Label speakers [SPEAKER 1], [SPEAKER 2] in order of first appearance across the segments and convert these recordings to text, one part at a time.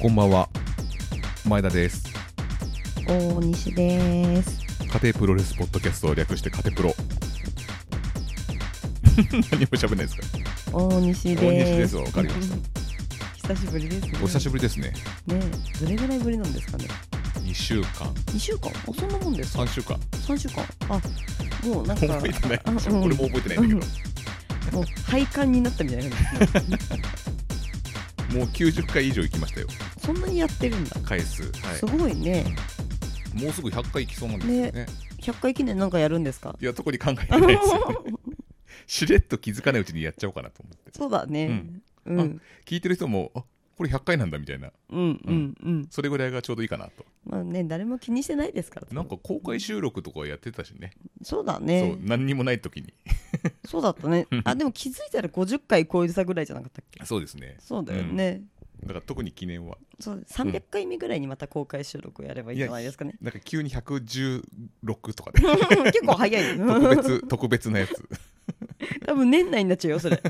[SPEAKER 1] こんばんは前田です
[SPEAKER 2] 大西です。
[SPEAKER 1] 家庭プロレスポッドキャストを略して家庭プ ロ何も喋んないですか
[SPEAKER 2] 大西です。
[SPEAKER 1] 大西ですわかりまし
[SPEAKER 2] 久しぶりですね。
[SPEAKER 1] お久しぶりですね
[SPEAKER 2] ねえ、どれぐらいぶりなんですかね。
[SPEAKER 1] 2週間
[SPEAKER 2] 二週間、あそんなもんですか。
[SPEAKER 1] 3週間
[SPEAKER 2] 三週間、あ、もうなんか、
[SPEAKER 1] 覚えてない
[SPEAKER 2] あうん
[SPEAKER 1] 俺も覚えてないんだ
[SPEAKER 2] もう廃刊になったみたいな感じですね。
[SPEAKER 1] けどもう90回以上行きましたよ
[SPEAKER 2] そんなにやってるんだ。
[SPEAKER 1] 回数、はい
[SPEAKER 2] すごいね。
[SPEAKER 1] もうすぐ100回行きそうなんですよね
[SPEAKER 2] 百回記念なんかやるんですか。
[SPEAKER 1] いや特に考えてないですよねしれっと気づかないうちにやっちゃおうかなと思って
[SPEAKER 2] そうだね。うん、
[SPEAKER 1] ん
[SPEAKER 2] うん、
[SPEAKER 1] 聞いてる人もあこれ100回なんだみたいな
[SPEAKER 2] うん、うん、うん。
[SPEAKER 1] それぐらいがちょうどいいかなと
[SPEAKER 2] まあね、誰も気にしてないですから。
[SPEAKER 1] なんか公開収録とかやってたしね、
[SPEAKER 2] そうだ
[SPEAKER 1] そう
[SPEAKER 2] ね。
[SPEAKER 1] 何にもない時に
[SPEAKER 2] そうだったね。あ、でも気づいたら50回超えてたぐらいじゃなかったっけ。
[SPEAKER 1] そうですね
[SPEAKER 2] そうだよね。
[SPEAKER 1] だから特に記念は
[SPEAKER 2] そう300回目ぐらいにまた公開収録をやればいいんじゃないですかね。
[SPEAKER 1] なんか急に116とかで
[SPEAKER 2] 結構早いよ
[SPEAKER 1] 特別特別なやつ
[SPEAKER 2] 多分年内になっちゃうよそ れ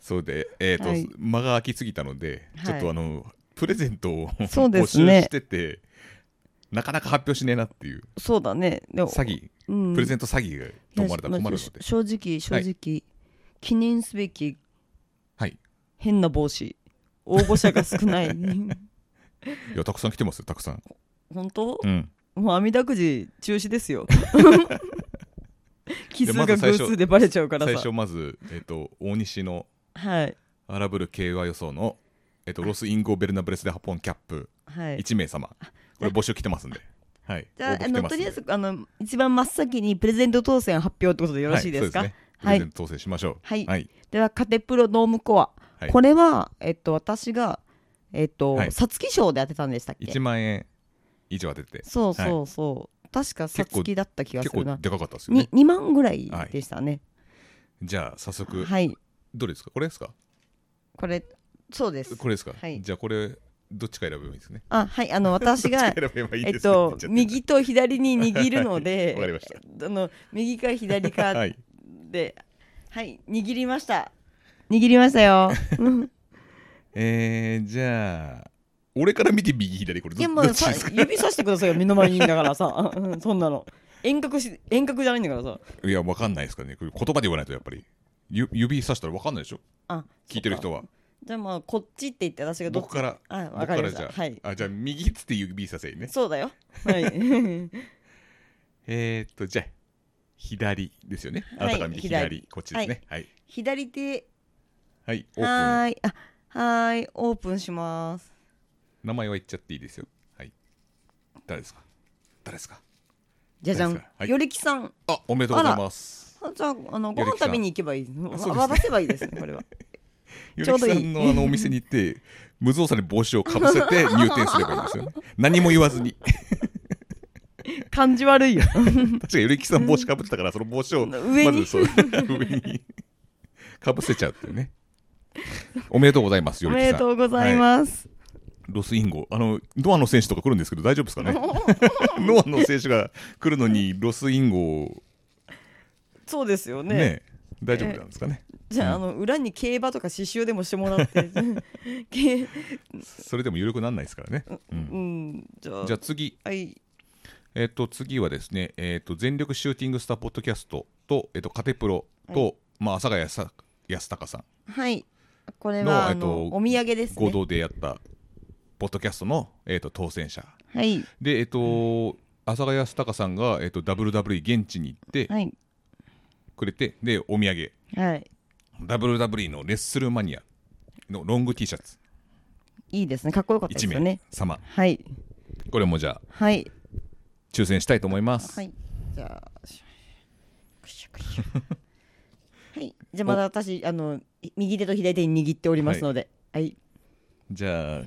[SPEAKER 1] そうで、えーと
[SPEAKER 2] はい
[SPEAKER 1] 間が空きすぎたので、
[SPEAKER 2] はい
[SPEAKER 1] ちょっとあのプレゼントを
[SPEAKER 2] そう
[SPEAKER 1] 募
[SPEAKER 2] で
[SPEAKER 1] 集
[SPEAKER 2] すね
[SPEAKER 1] しててなかなか発表しねえなっていう
[SPEAKER 2] そうだねでも
[SPEAKER 1] 詐欺
[SPEAKER 2] うん
[SPEAKER 1] プレゼント詐欺がと思われたら困るの
[SPEAKER 2] いやま
[SPEAKER 1] で
[SPEAKER 2] あ、正直正直、記念すべき
[SPEAKER 1] はい、
[SPEAKER 2] 変な帽子応募者が少ない
[SPEAKER 1] いやたくさん来てますよたくさん、
[SPEAKER 2] 本当
[SPEAKER 1] うん、
[SPEAKER 2] もう網だくじ中止です よ奇数
[SPEAKER 1] まず
[SPEAKER 2] が
[SPEAKER 1] 最
[SPEAKER 2] 偶
[SPEAKER 1] 初
[SPEAKER 2] 数でバレちゃうから
[SPEAKER 1] 最
[SPEAKER 2] さ
[SPEAKER 1] 初まず、えー、と大西の
[SPEAKER 2] はい
[SPEAKER 1] 荒ぶる競馬予想の、えっとロス・インゴ・ベルナブレス・でハポンキャップ
[SPEAKER 2] はい
[SPEAKER 1] 1名様、これ募集来てますんで、はい、
[SPEAKER 2] じゃ
[SPEAKER 1] 応募
[SPEAKER 2] ああ
[SPEAKER 1] 来て
[SPEAKER 2] の
[SPEAKER 1] ます
[SPEAKER 2] と
[SPEAKER 1] んで
[SPEAKER 2] りあえずあの一番真っ先にプレゼント当選発表ってことでよろしいですか、
[SPEAKER 1] は
[SPEAKER 2] はい
[SPEAKER 1] そうね、プレゼント当選しましょう。
[SPEAKER 2] はい
[SPEAKER 1] はい、
[SPEAKER 2] ではカテプロノームコア、
[SPEAKER 1] はい
[SPEAKER 2] これは、えっと、私が、えっと
[SPEAKER 1] はい
[SPEAKER 2] 皐月賞で当てたんでしたっけ
[SPEAKER 1] 1万円以上当てて、
[SPEAKER 2] そうそうそう、確か皐月だった気がす
[SPEAKER 1] 結構
[SPEAKER 2] るな
[SPEAKER 1] でかかったですよ
[SPEAKER 2] に
[SPEAKER 1] ね。
[SPEAKER 2] 2万ぐらいでしたね
[SPEAKER 1] じゃあ早
[SPEAKER 2] はい、
[SPEAKER 1] 速、どれですかこれですか
[SPEAKER 2] これそうです
[SPEAKER 1] これですか、
[SPEAKER 2] はい
[SPEAKER 1] じゃあこれ、どっちか選べばいいですね。
[SPEAKER 2] あはいあの 私が
[SPEAKER 1] どっちか選べばいい
[SPEAKER 2] え
[SPEAKER 1] で
[SPEAKER 2] っ
[SPEAKER 1] すね
[SPEAKER 2] と
[SPEAKER 1] 言ちゃて
[SPEAKER 2] 右と左に握るの
[SPEAKER 1] わかり
[SPEAKER 2] で
[SPEAKER 1] まし
[SPEAKER 2] あの右か左
[SPEAKER 1] た。は
[SPEAKER 2] か
[SPEAKER 1] い、
[SPEAKER 2] ではい、握りました握りました ようん
[SPEAKER 1] えー、じゃあ、俺から見て右、左、これど
[SPEAKER 2] いやも
[SPEAKER 1] どっ
[SPEAKER 2] う
[SPEAKER 1] ち
[SPEAKER 2] さ
[SPEAKER 1] ですか
[SPEAKER 2] 指さしてくださいよ目の前にいんだから さうんそんなの遠隔し遠隔じゃないんだからさ
[SPEAKER 1] いや、わかんないですからね。これ言葉で言わないと、やっぱり。ゆ指さしたらわかんないでしょ
[SPEAKER 2] あ
[SPEAKER 1] 聞いてる人
[SPEAKER 2] は
[SPEAKER 1] は。
[SPEAKER 2] じゃあまあこっちって言って私がどっ
[SPEAKER 1] 僕から、
[SPEAKER 2] あわ
[SPEAKER 1] 僕
[SPEAKER 2] か
[SPEAKER 1] か
[SPEAKER 2] り
[SPEAKER 1] ら
[SPEAKER 2] ま
[SPEAKER 1] じ
[SPEAKER 2] し
[SPEAKER 1] ゃ
[SPEAKER 2] た
[SPEAKER 1] あ、
[SPEAKER 2] はい
[SPEAKER 1] あじゃあ右っつって指させいね。
[SPEAKER 2] そうだよはい
[SPEAKER 1] えー、っと、じゃあ、左ですよね。
[SPEAKER 2] はい
[SPEAKER 1] あなたが右、左、
[SPEAKER 2] 左
[SPEAKER 1] こっちですね。はい。
[SPEAKER 2] 左手
[SPEAKER 1] はい、オープ
[SPEAKER 2] は
[SPEAKER 1] ン。
[SPEAKER 2] ーいあはーいオープンします
[SPEAKER 1] 名前は言っちゃっていいですよ。はい。誰ですか誰ですか
[SPEAKER 2] じゃじゃ
[SPEAKER 1] いいで
[SPEAKER 2] ん
[SPEAKER 1] すかはい
[SPEAKER 2] よりきさん
[SPEAKER 1] あ、おめでとうございます。
[SPEAKER 2] あじゃああのご
[SPEAKER 1] より
[SPEAKER 2] 飯
[SPEAKER 1] きさん
[SPEAKER 2] 食べに行けばいいの
[SPEAKER 1] あそうですね
[SPEAKER 2] 渡せばいいですねこ れは
[SPEAKER 1] ゆ
[SPEAKER 2] ちょ
[SPEAKER 1] り
[SPEAKER 2] う
[SPEAKER 1] き
[SPEAKER 2] どいい
[SPEAKER 1] さんのあのお店に行って、 無造作に帽子をかぶせて入店すればいいんです よね。何も言わずに。
[SPEAKER 2] 感じ悪いよ
[SPEAKER 1] 確かゆりきさん帽子かぶってたから、その帽子を、ま
[SPEAKER 2] 上に
[SPEAKER 1] ずそう、 上にかぶせちゃうっていうね。おめでとうございます、
[SPEAKER 2] お
[SPEAKER 1] よりき
[SPEAKER 2] め
[SPEAKER 1] さん。
[SPEAKER 2] でとうございます
[SPEAKER 1] ロスインゴ、あの、ノアの選手とか来るんですけど、大丈夫です かね ノアの選手が来るのに、ロスインゴを
[SPEAKER 2] そうですよ
[SPEAKER 1] ね、
[SPEAKER 2] ね
[SPEAKER 1] 大丈夫なんですかね。
[SPEAKER 2] じゃああの裏に競馬とか刺繍でもしてもらって け
[SPEAKER 1] それでも有力なんないですからね。
[SPEAKER 2] うんじゃあ
[SPEAKER 1] じゃあ次、
[SPEAKER 2] はい
[SPEAKER 1] えっ、と、次はですね、えっ、と、全力シューティングスターポッドキャストと、えっ、と、カテプロと、まあ、阿佐ヶ谷さ安高さん、
[SPEAKER 2] はいこれ
[SPEAKER 1] の
[SPEAKER 2] は
[SPEAKER 1] え
[SPEAKER 2] あ
[SPEAKER 1] っと
[SPEAKER 2] のお土産です
[SPEAKER 1] 合
[SPEAKER 2] ね
[SPEAKER 1] 同でやった、ポッドキャストの、えっ、と、当選者。
[SPEAKER 2] はい
[SPEAKER 1] で、えっ、と、阿佐ヶ谷安高さんが、えっ、と、WWE 現地に行って
[SPEAKER 2] はい
[SPEAKER 1] くれて、で、お土産。
[SPEAKER 2] はい。
[SPEAKER 1] WWE のレッスルマニアのロング T シャツ
[SPEAKER 2] いいですね。かっこよかったです
[SPEAKER 1] 1
[SPEAKER 2] よ
[SPEAKER 1] 名
[SPEAKER 2] ね。
[SPEAKER 1] 様、
[SPEAKER 2] はい。
[SPEAKER 1] これもじゃあ
[SPEAKER 2] はい。
[SPEAKER 1] 抽選したいと思います、
[SPEAKER 2] はい。じゃあ、くしゃ くしゃ。はい。じゃあ、まだ私、あの、い右手と左手に握っておりますので。はい。
[SPEAKER 1] じゃあ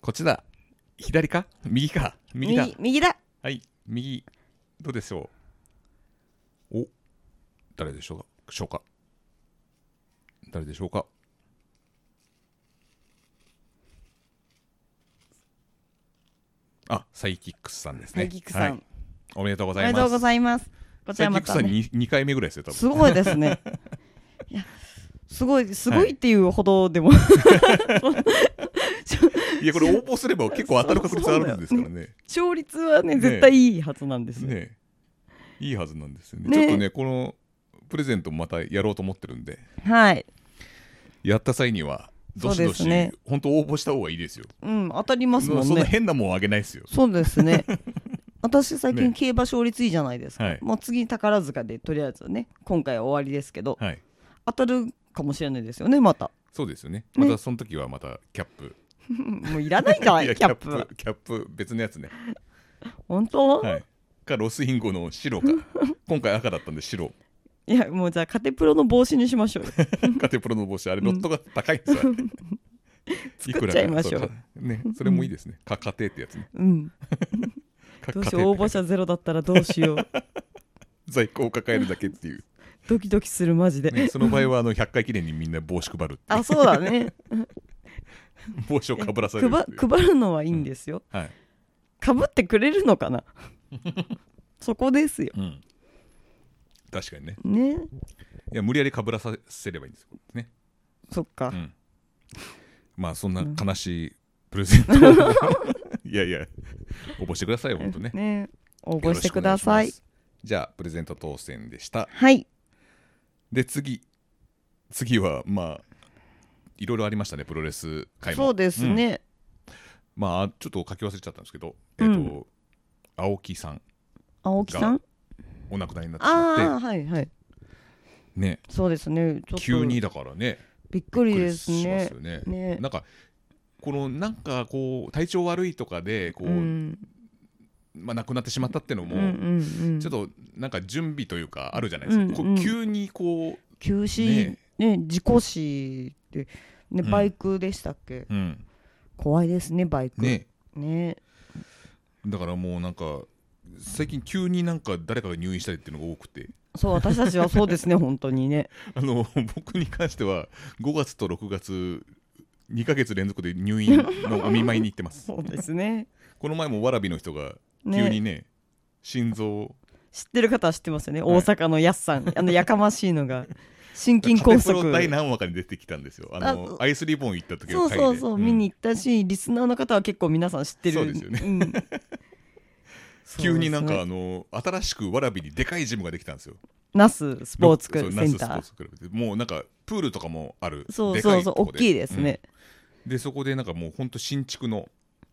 [SPEAKER 1] こっちだ左か右か右だ
[SPEAKER 2] 右右だ。
[SPEAKER 1] はい右どうでしょうお誰でしょうかしょうか誰でしょうかあサイキックスさんですね
[SPEAKER 2] サイキックさん
[SPEAKER 1] はいおめでとうご
[SPEAKER 2] お
[SPEAKER 1] ざ
[SPEAKER 2] め
[SPEAKER 1] い
[SPEAKER 2] でと
[SPEAKER 1] ま
[SPEAKER 2] う
[SPEAKER 1] す
[SPEAKER 2] ございます。こち
[SPEAKER 1] サイ
[SPEAKER 2] ら
[SPEAKER 1] キッ
[SPEAKER 2] ま
[SPEAKER 1] クス
[SPEAKER 2] た
[SPEAKER 1] さん
[SPEAKER 2] ね。
[SPEAKER 1] に 2, 回目ぐらいですよ、多分
[SPEAKER 2] すごいですね。いや、すごいすごいっていうほどでも、
[SPEAKER 1] いや、これ応募すれば結構当たる確率あるんですからね。
[SPEAKER 2] 勝率はね
[SPEAKER 1] ね
[SPEAKER 2] 絶対いいはずなんですよ、
[SPEAKER 1] ねいいはずなんですよね。
[SPEAKER 2] ね
[SPEAKER 1] ちょっとね、このプレゼントまたやろうと思ってるんで、
[SPEAKER 2] はい、
[SPEAKER 1] やった際には、どし
[SPEAKER 2] そう
[SPEAKER 1] ど
[SPEAKER 2] です
[SPEAKER 1] し、
[SPEAKER 2] ね
[SPEAKER 1] 本当応募した方がいいですよ。
[SPEAKER 2] うん、当たります
[SPEAKER 1] そ
[SPEAKER 2] もん
[SPEAKER 1] んな
[SPEAKER 2] ね
[SPEAKER 1] 変なもんあげないですよ。
[SPEAKER 2] そうで すね私最近
[SPEAKER 1] ね
[SPEAKER 2] 競馬勝率いいじゃないですか、
[SPEAKER 1] はい
[SPEAKER 2] もう次宝塚でとりあえずね今回は終わりですけど、
[SPEAKER 1] はい。
[SPEAKER 2] 当たるかもしれないですよねまた
[SPEAKER 1] そうですよね。
[SPEAKER 2] ね
[SPEAKER 1] またその時はまたキャップ。
[SPEAKER 2] もういらないんじゃない
[SPEAKER 1] いや
[SPEAKER 2] キャップは。
[SPEAKER 1] キャップ、別のやつね。
[SPEAKER 2] 本当、
[SPEAKER 1] はい。か、ロスインゴの白 か。今回赤だったんで白。
[SPEAKER 2] い、やもうじゃあカテプロの帽子にしましょ うよ
[SPEAKER 1] カテプロの帽子、あれ、ロットが高いんですよ。
[SPEAKER 2] 作っちゃいましょう
[SPEAKER 1] いくらかそうかね、それもいいですね。か、家庭ってやつね。
[SPEAKER 2] うん
[SPEAKER 1] か
[SPEAKER 2] どう
[SPEAKER 1] 家
[SPEAKER 2] しよ
[SPEAKER 1] 庭
[SPEAKER 2] う応
[SPEAKER 1] って
[SPEAKER 2] 募者ゼロだったらどう しよう
[SPEAKER 1] 在庫を抱えるだけって いう。
[SPEAKER 2] ドキドキするマジで、
[SPEAKER 1] ね、その場合は、あの、100回記念にみんな帽子配るっていう。
[SPEAKER 2] あそうだね
[SPEAKER 1] 帽子をかぶらされ
[SPEAKER 2] 配
[SPEAKER 1] るっていう。
[SPEAKER 2] 配るのはいいんですよ、
[SPEAKER 1] はい。
[SPEAKER 2] かぶってくれるの かなそこですよ
[SPEAKER 1] うん。確かにね。
[SPEAKER 2] ね
[SPEAKER 1] いや、無理やりかぶらさせればいいんですよ。ね。
[SPEAKER 2] そっか、
[SPEAKER 1] うんまあそんな悲しいプレゼントを、 いやいや応募してください本当ね
[SPEAKER 2] ね応募してください
[SPEAKER 1] よろしくお願しますじゃあプレゼント当選でした
[SPEAKER 2] はい
[SPEAKER 1] で次次はまあいろいろありましたねプロレス会も
[SPEAKER 2] そうです
[SPEAKER 1] うん
[SPEAKER 2] ね、
[SPEAKER 1] まあちょっと書き忘れちゃったんですけど、
[SPEAKER 2] うん
[SPEAKER 1] えっと青木さん
[SPEAKER 2] 青木さん
[SPEAKER 1] お亡くなりになってしま
[SPEAKER 2] あ
[SPEAKER 1] っ
[SPEAKER 2] あはいはい
[SPEAKER 1] てね
[SPEAKER 2] そうですねちょっと
[SPEAKER 1] 急にだからね
[SPEAKER 2] びっく
[SPEAKER 1] びっ
[SPEAKER 2] り
[SPEAKER 1] く
[SPEAKER 2] で
[SPEAKER 1] り
[SPEAKER 2] す
[SPEAKER 1] しま
[SPEAKER 2] ね
[SPEAKER 1] すよね
[SPEAKER 2] ね
[SPEAKER 1] なんかこのなんかこう体調悪いとかでこう、
[SPEAKER 2] うん
[SPEAKER 1] まあ、亡くなってしまったってのも、
[SPEAKER 2] うんうんうん
[SPEAKER 1] ちょっとなんか準備というかあるじゃないですか、
[SPEAKER 2] うん
[SPEAKER 1] こ
[SPEAKER 2] うん
[SPEAKER 1] う急にこ
[SPEAKER 2] 急止
[SPEAKER 1] ね
[SPEAKER 2] ね事故死って
[SPEAKER 1] う
[SPEAKER 2] ね
[SPEAKER 1] ん
[SPEAKER 2] バイクでしたっけ
[SPEAKER 1] う、うん
[SPEAKER 2] 怖いですねバイク
[SPEAKER 1] ね
[SPEAKER 2] ね
[SPEAKER 1] だからもうなんか最近急になんか誰かが入院したりっていうのが多くて
[SPEAKER 2] そう私たちはそ うですね本当にね
[SPEAKER 1] あの僕に関しては5月と6月2ヶ月連続で入院のお見舞いに行ってま す
[SPEAKER 2] そうです ね
[SPEAKER 1] この前もわらびの人が
[SPEAKER 2] ね
[SPEAKER 1] 急にね心臓
[SPEAKER 2] 知ってる方は知ってますよね、
[SPEAKER 1] はい
[SPEAKER 2] 大阪のやっさんあのやかましいの が心筋
[SPEAKER 1] カ
[SPEAKER 2] 梗
[SPEAKER 1] テプロ第
[SPEAKER 2] 塞
[SPEAKER 1] 何話かに出てきたんですよあの
[SPEAKER 2] あ
[SPEAKER 1] アイスリボン行った時
[SPEAKER 2] そ
[SPEAKER 1] の
[SPEAKER 2] う
[SPEAKER 1] 回で
[SPEAKER 2] そうそう、
[SPEAKER 1] ん
[SPEAKER 2] 見に行ったしリスナーの方は結構皆さん知ってる
[SPEAKER 1] そうですよね
[SPEAKER 2] ん
[SPEAKER 1] 急になん
[SPEAKER 2] そう
[SPEAKER 1] か
[SPEAKER 2] ですね
[SPEAKER 1] あの新しくわらびにでかいジムができたんですよ
[SPEAKER 2] ナススポーツク
[SPEAKER 1] そう
[SPEAKER 2] センタ
[SPEAKER 1] ナ
[SPEAKER 2] ー
[SPEAKER 1] ススポーツクラブでもうなんかプールとかもある
[SPEAKER 2] そう
[SPEAKER 1] でか
[SPEAKER 2] そう
[SPEAKER 1] い
[SPEAKER 2] そう
[SPEAKER 1] とこ
[SPEAKER 2] 大きいですね、
[SPEAKER 1] うんでそこでなんかもうほんと新築の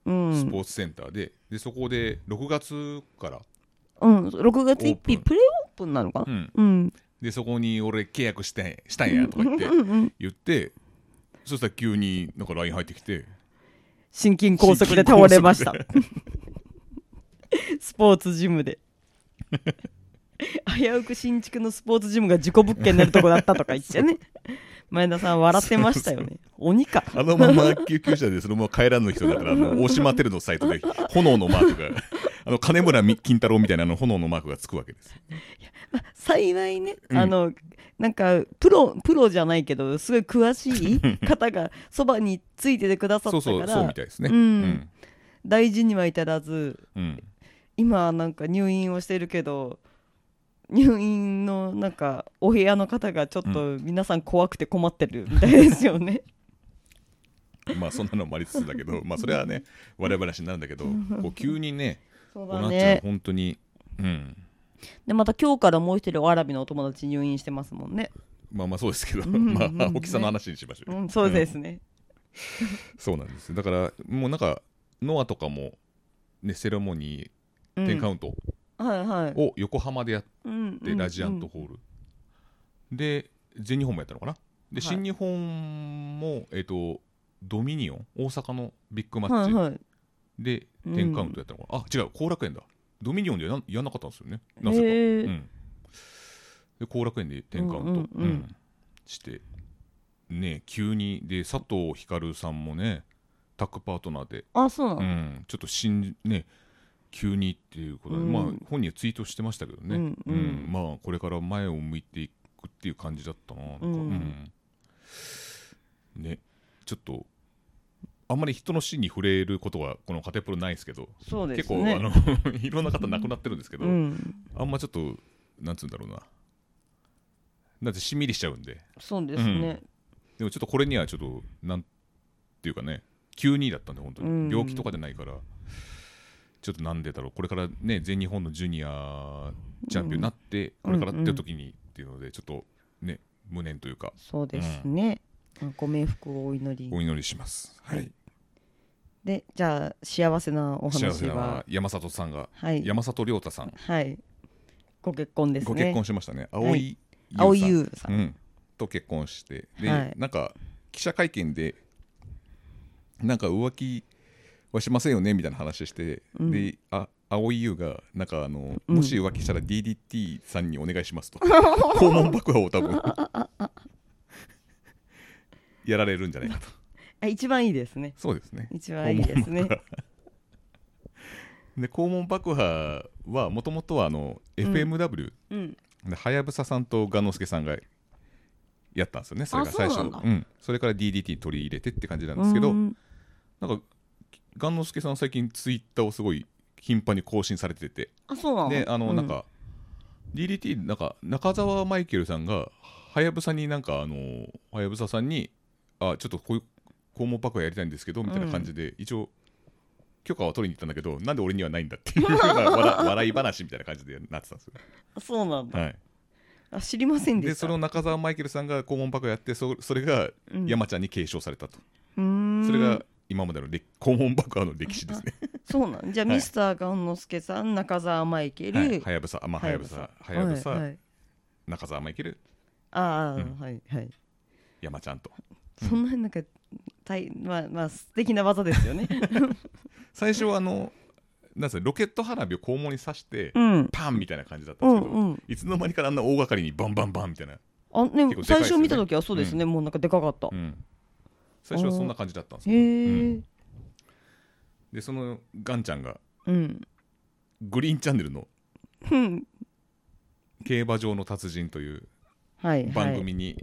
[SPEAKER 2] うん
[SPEAKER 1] スポーツセンターで,、でそこで6月から、
[SPEAKER 2] うん、6月1
[SPEAKER 1] オー
[SPEAKER 2] 日
[SPEAKER 1] プン
[SPEAKER 2] プレオープンなのか
[SPEAKER 1] う
[SPEAKER 2] な、
[SPEAKER 1] ん、
[SPEAKER 2] うん
[SPEAKER 1] でそこに俺契約したんしたんやとか言って
[SPEAKER 2] うんうん、
[SPEAKER 1] 言ってそしたら急になんか LINE 入ってきて
[SPEAKER 2] 心筋梗塞で倒れましたスポーツジムで危うく新築のスポーツジムが事故物件になるとこだったとか言ってね前田さん笑ってましたよね鬼か
[SPEAKER 1] あのまま救急車でそのまま帰らぬ人だからあの大島テルのサイトで炎のマーク があの金村み金太郎みたいなあの炎のマークがつくわけです
[SPEAKER 2] 幸いね、
[SPEAKER 1] うん
[SPEAKER 2] あのなんかプロプロじゃないけどすごい詳しい方がそばについててくださっ
[SPEAKER 1] そ
[SPEAKER 2] た
[SPEAKER 1] う
[SPEAKER 2] か
[SPEAKER 1] そうそう
[SPEAKER 2] ら
[SPEAKER 1] みたいですね
[SPEAKER 2] うん大事には至らず
[SPEAKER 1] うんうん
[SPEAKER 2] 今なんか入院をしてるけど入院のなんかお部屋の方がちょっと皆さん怖くて困ってるみたいです よね。
[SPEAKER 1] まあそんなのもありつつだけど、まあそれはね、笑い話になるんだけど、こう急にね、
[SPEAKER 2] そう
[SPEAKER 1] こう
[SPEAKER 2] だ
[SPEAKER 1] なっちゃう
[SPEAKER 2] ね。
[SPEAKER 1] 本当に、うん、
[SPEAKER 2] でまた今日からもう一人わらびのお友達入院してますもんね。
[SPEAKER 1] まあまあそうですけど、
[SPEAKER 2] ん
[SPEAKER 1] まあ
[SPEAKER 2] うん
[SPEAKER 1] 青木さんの話にしましょう
[SPEAKER 2] う
[SPEAKER 1] よ。
[SPEAKER 2] ん、そうですね。
[SPEAKER 1] そうなんですよ。だからもうなんかノアとかもねセレモニ
[SPEAKER 2] う
[SPEAKER 1] ー、
[SPEAKER 2] ん
[SPEAKER 1] テンカウント
[SPEAKER 2] はいはい。
[SPEAKER 1] を横浜でやっ
[SPEAKER 2] うん
[SPEAKER 1] て、ラジアント。ホール、で全日本もやったのかな。で
[SPEAKER 2] い
[SPEAKER 1] 新日本もえっ、とドミニオン大阪のビッグマ
[SPEAKER 2] うん
[SPEAKER 1] ッ
[SPEAKER 2] はい
[SPEAKER 1] チ
[SPEAKER 2] はい。
[SPEAKER 1] でテンカウントやったのかな。あ違う後楽園だ。ドミニオンでやんやんなかったんですよね。なぜか。
[SPEAKER 2] へ
[SPEAKER 1] う
[SPEAKER 2] え。
[SPEAKER 1] ん、で後楽園で転換と、
[SPEAKER 2] うんうんうん
[SPEAKER 1] うんしてね急にで佐藤光さんもねタッグパートナーで、
[SPEAKER 2] あ、そうな
[SPEAKER 1] う
[SPEAKER 2] の。
[SPEAKER 1] ん、ちょっとしんね急にっていうことで、
[SPEAKER 2] うん
[SPEAKER 1] まあ本人はツイートしてましたけどね、
[SPEAKER 2] うんうん
[SPEAKER 1] まあこれから前を向いていくっていう感じだったななんか、
[SPEAKER 2] うん
[SPEAKER 1] うんねちょっとあんまり人の死に触れることはこのカテプロないですけど
[SPEAKER 2] そうで
[SPEAKER 1] 結
[SPEAKER 2] す
[SPEAKER 1] 構
[SPEAKER 2] ね。
[SPEAKER 1] あの いろんな方亡くなってるんですけど、
[SPEAKER 2] うん。
[SPEAKER 1] あんまちょっと、なんつうんだろうな。だってしんみりしちゃうんで。
[SPEAKER 2] そうですね。
[SPEAKER 1] でもちょっとこれにはちょっとなんていうかね急にだったんで本当に、
[SPEAKER 2] うん
[SPEAKER 1] 病気とかじゃないからちょっとなんでだろうこれからね全日本のジュニアチャンピオンになって、
[SPEAKER 2] う
[SPEAKER 1] こ
[SPEAKER 2] ん
[SPEAKER 1] れからっていう時にっていうのでちょっとね無念というか
[SPEAKER 2] そうですね、あご冥福をお祈り
[SPEAKER 1] お祈りします。はい、
[SPEAKER 2] はいでじゃあ幸せなお
[SPEAKER 1] 幸
[SPEAKER 2] 話
[SPEAKER 1] せ
[SPEAKER 2] は
[SPEAKER 1] な山里さんが、
[SPEAKER 2] はい、
[SPEAKER 1] 山里亮太さん、
[SPEAKER 2] はい、ご結婚ですね
[SPEAKER 1] ご結婚しましたね。
[SPEAKER 2] い
[SPEAKER 1] 青井優さん
[SPEAKER 2] 青井優さん、
[SPEAKER 1] うん、と結婚してで、
[SPEAKER 2] はい
[SPEAKER 1] なんか記者会見でなんか浮気はしませんよねみたいな話して、
[SPEAKER 2] うん
[SPEAKER 1] であ蒼井優がなんかあの、
[SPEAKER 2] うん
[SPEAKER 1] もし浮気したら DDT さんにお願いしますと 肛門爆破を多分 やられるんじゃないかと
[SPEAKER 2] あ一番いいですね
[SPEAKER 1] そうですね
[SPEAKER 2] 一番いいですね
[SPEAKER 1] で肛門爆破はもともとはあの、
[SPEAKER 2] ん
[SPEAKER 1] FMW
[SPEAKER 2] うん
[SPEAKER 1] ではやぶささんと我之助さんがやったんですよねそれが
[SPEAKER 2] あ
[SPEAKER 1] 最初
[SPEAKER 2] そうなんだ
[SPEAKER 1] んそれから DDT に取り入れてって感じなんですけど、
[SPEAKER 2] うん
[SPEAKER 1] なんか我之助さん最近ツイッターをすごい頻繁に更新されてて
[SPEAKER 2] あそうなの
[SPEAKER 1] であの
[SPEAKER 2] う
[SPEAKER 1] なんか、DDT なんか中澤マイケルさんがはやぶさになんかあのはやぶささんにあちょっとこういう肛門パックやりたいんですけどみたいな感じで、一応許可は取りに行ったんだけどなんで俺にはないんだっていうような笑笑い話みたいな感じでなってたんです よ。
[SPEAKER 2] あそうなんだ
[SPEAKER 1] はい
[SPEAKER 2] あ知りませんで
[SPEAKER 1] で
[SPEAKER 2] した
[SPEAKER 1] その中澤マイケルさんが肛門爆破やってそそれが
[SPEAKER 2] うん
[SPEAKER 1] 山ちゃんに継承されたと、
[SPEAKER 2] うーん
[SPEAKER 1] それが今までの歴肛門爆破の歴史ですね
[SPEAKER 2] そうなんじゃあ、
[SPEAKER 1] はい
[SPEAKER 2] ミスターガンノスケさん中澤マイケル、
[SPEAKER 1] はいはやぶさまあはやぶさはやぶ
[SPEAKER 2] はいは
[SPEAKER 1] さ
[SPEAKER 2] い
[SPEAKER 1] 中澤マイケル
[SPEAKER 2] あ
[SPEAKER 1] う
[SPEAKER 2] あ、
[SPEAKER 1] ん
[SPEAKER 2] はいはい
[SPEAKER 1] 山ちゃんと
[SPEAKER 2] そんななんか大まあまあ素敵な技ですよ ね
[SPEAKER 1] 最初はあのなんすかロケット花火を肛門に刺して、
[SPEAKER 2] うん
[SPEAKER 1] パンみたいな感じだった
[SPEAKER 2] うん
[SPEAKER 1] ですけど、
[SPEAKER 2] ん
[SPEAKER 1] いつの間にかあんな大掛かりにバンバンバンみたいな、
[SPEAKER 2] あね
[SPEAKER 1] 結構でかいですよ
[SPEAKER 2] 最
[SPEAKER 1] ね
[SPEAKER 2] 初見た時はそうですね、もうなんかでかかった、
[SPEAKER 1] うん最初はそんな感じだったんですよ
[SPEAKER 2] へえ
[SPEAKER 1] でそのガンちゃんが
[SPEAKER 2] うん
[SPEAKER 1] グリーンチャンネルの
[SPEAKER 2] うん
[SPEAKER 1] 競馬場の達人という
[SPEAKER 2] はいはい
[SPEAKER 1] 番組に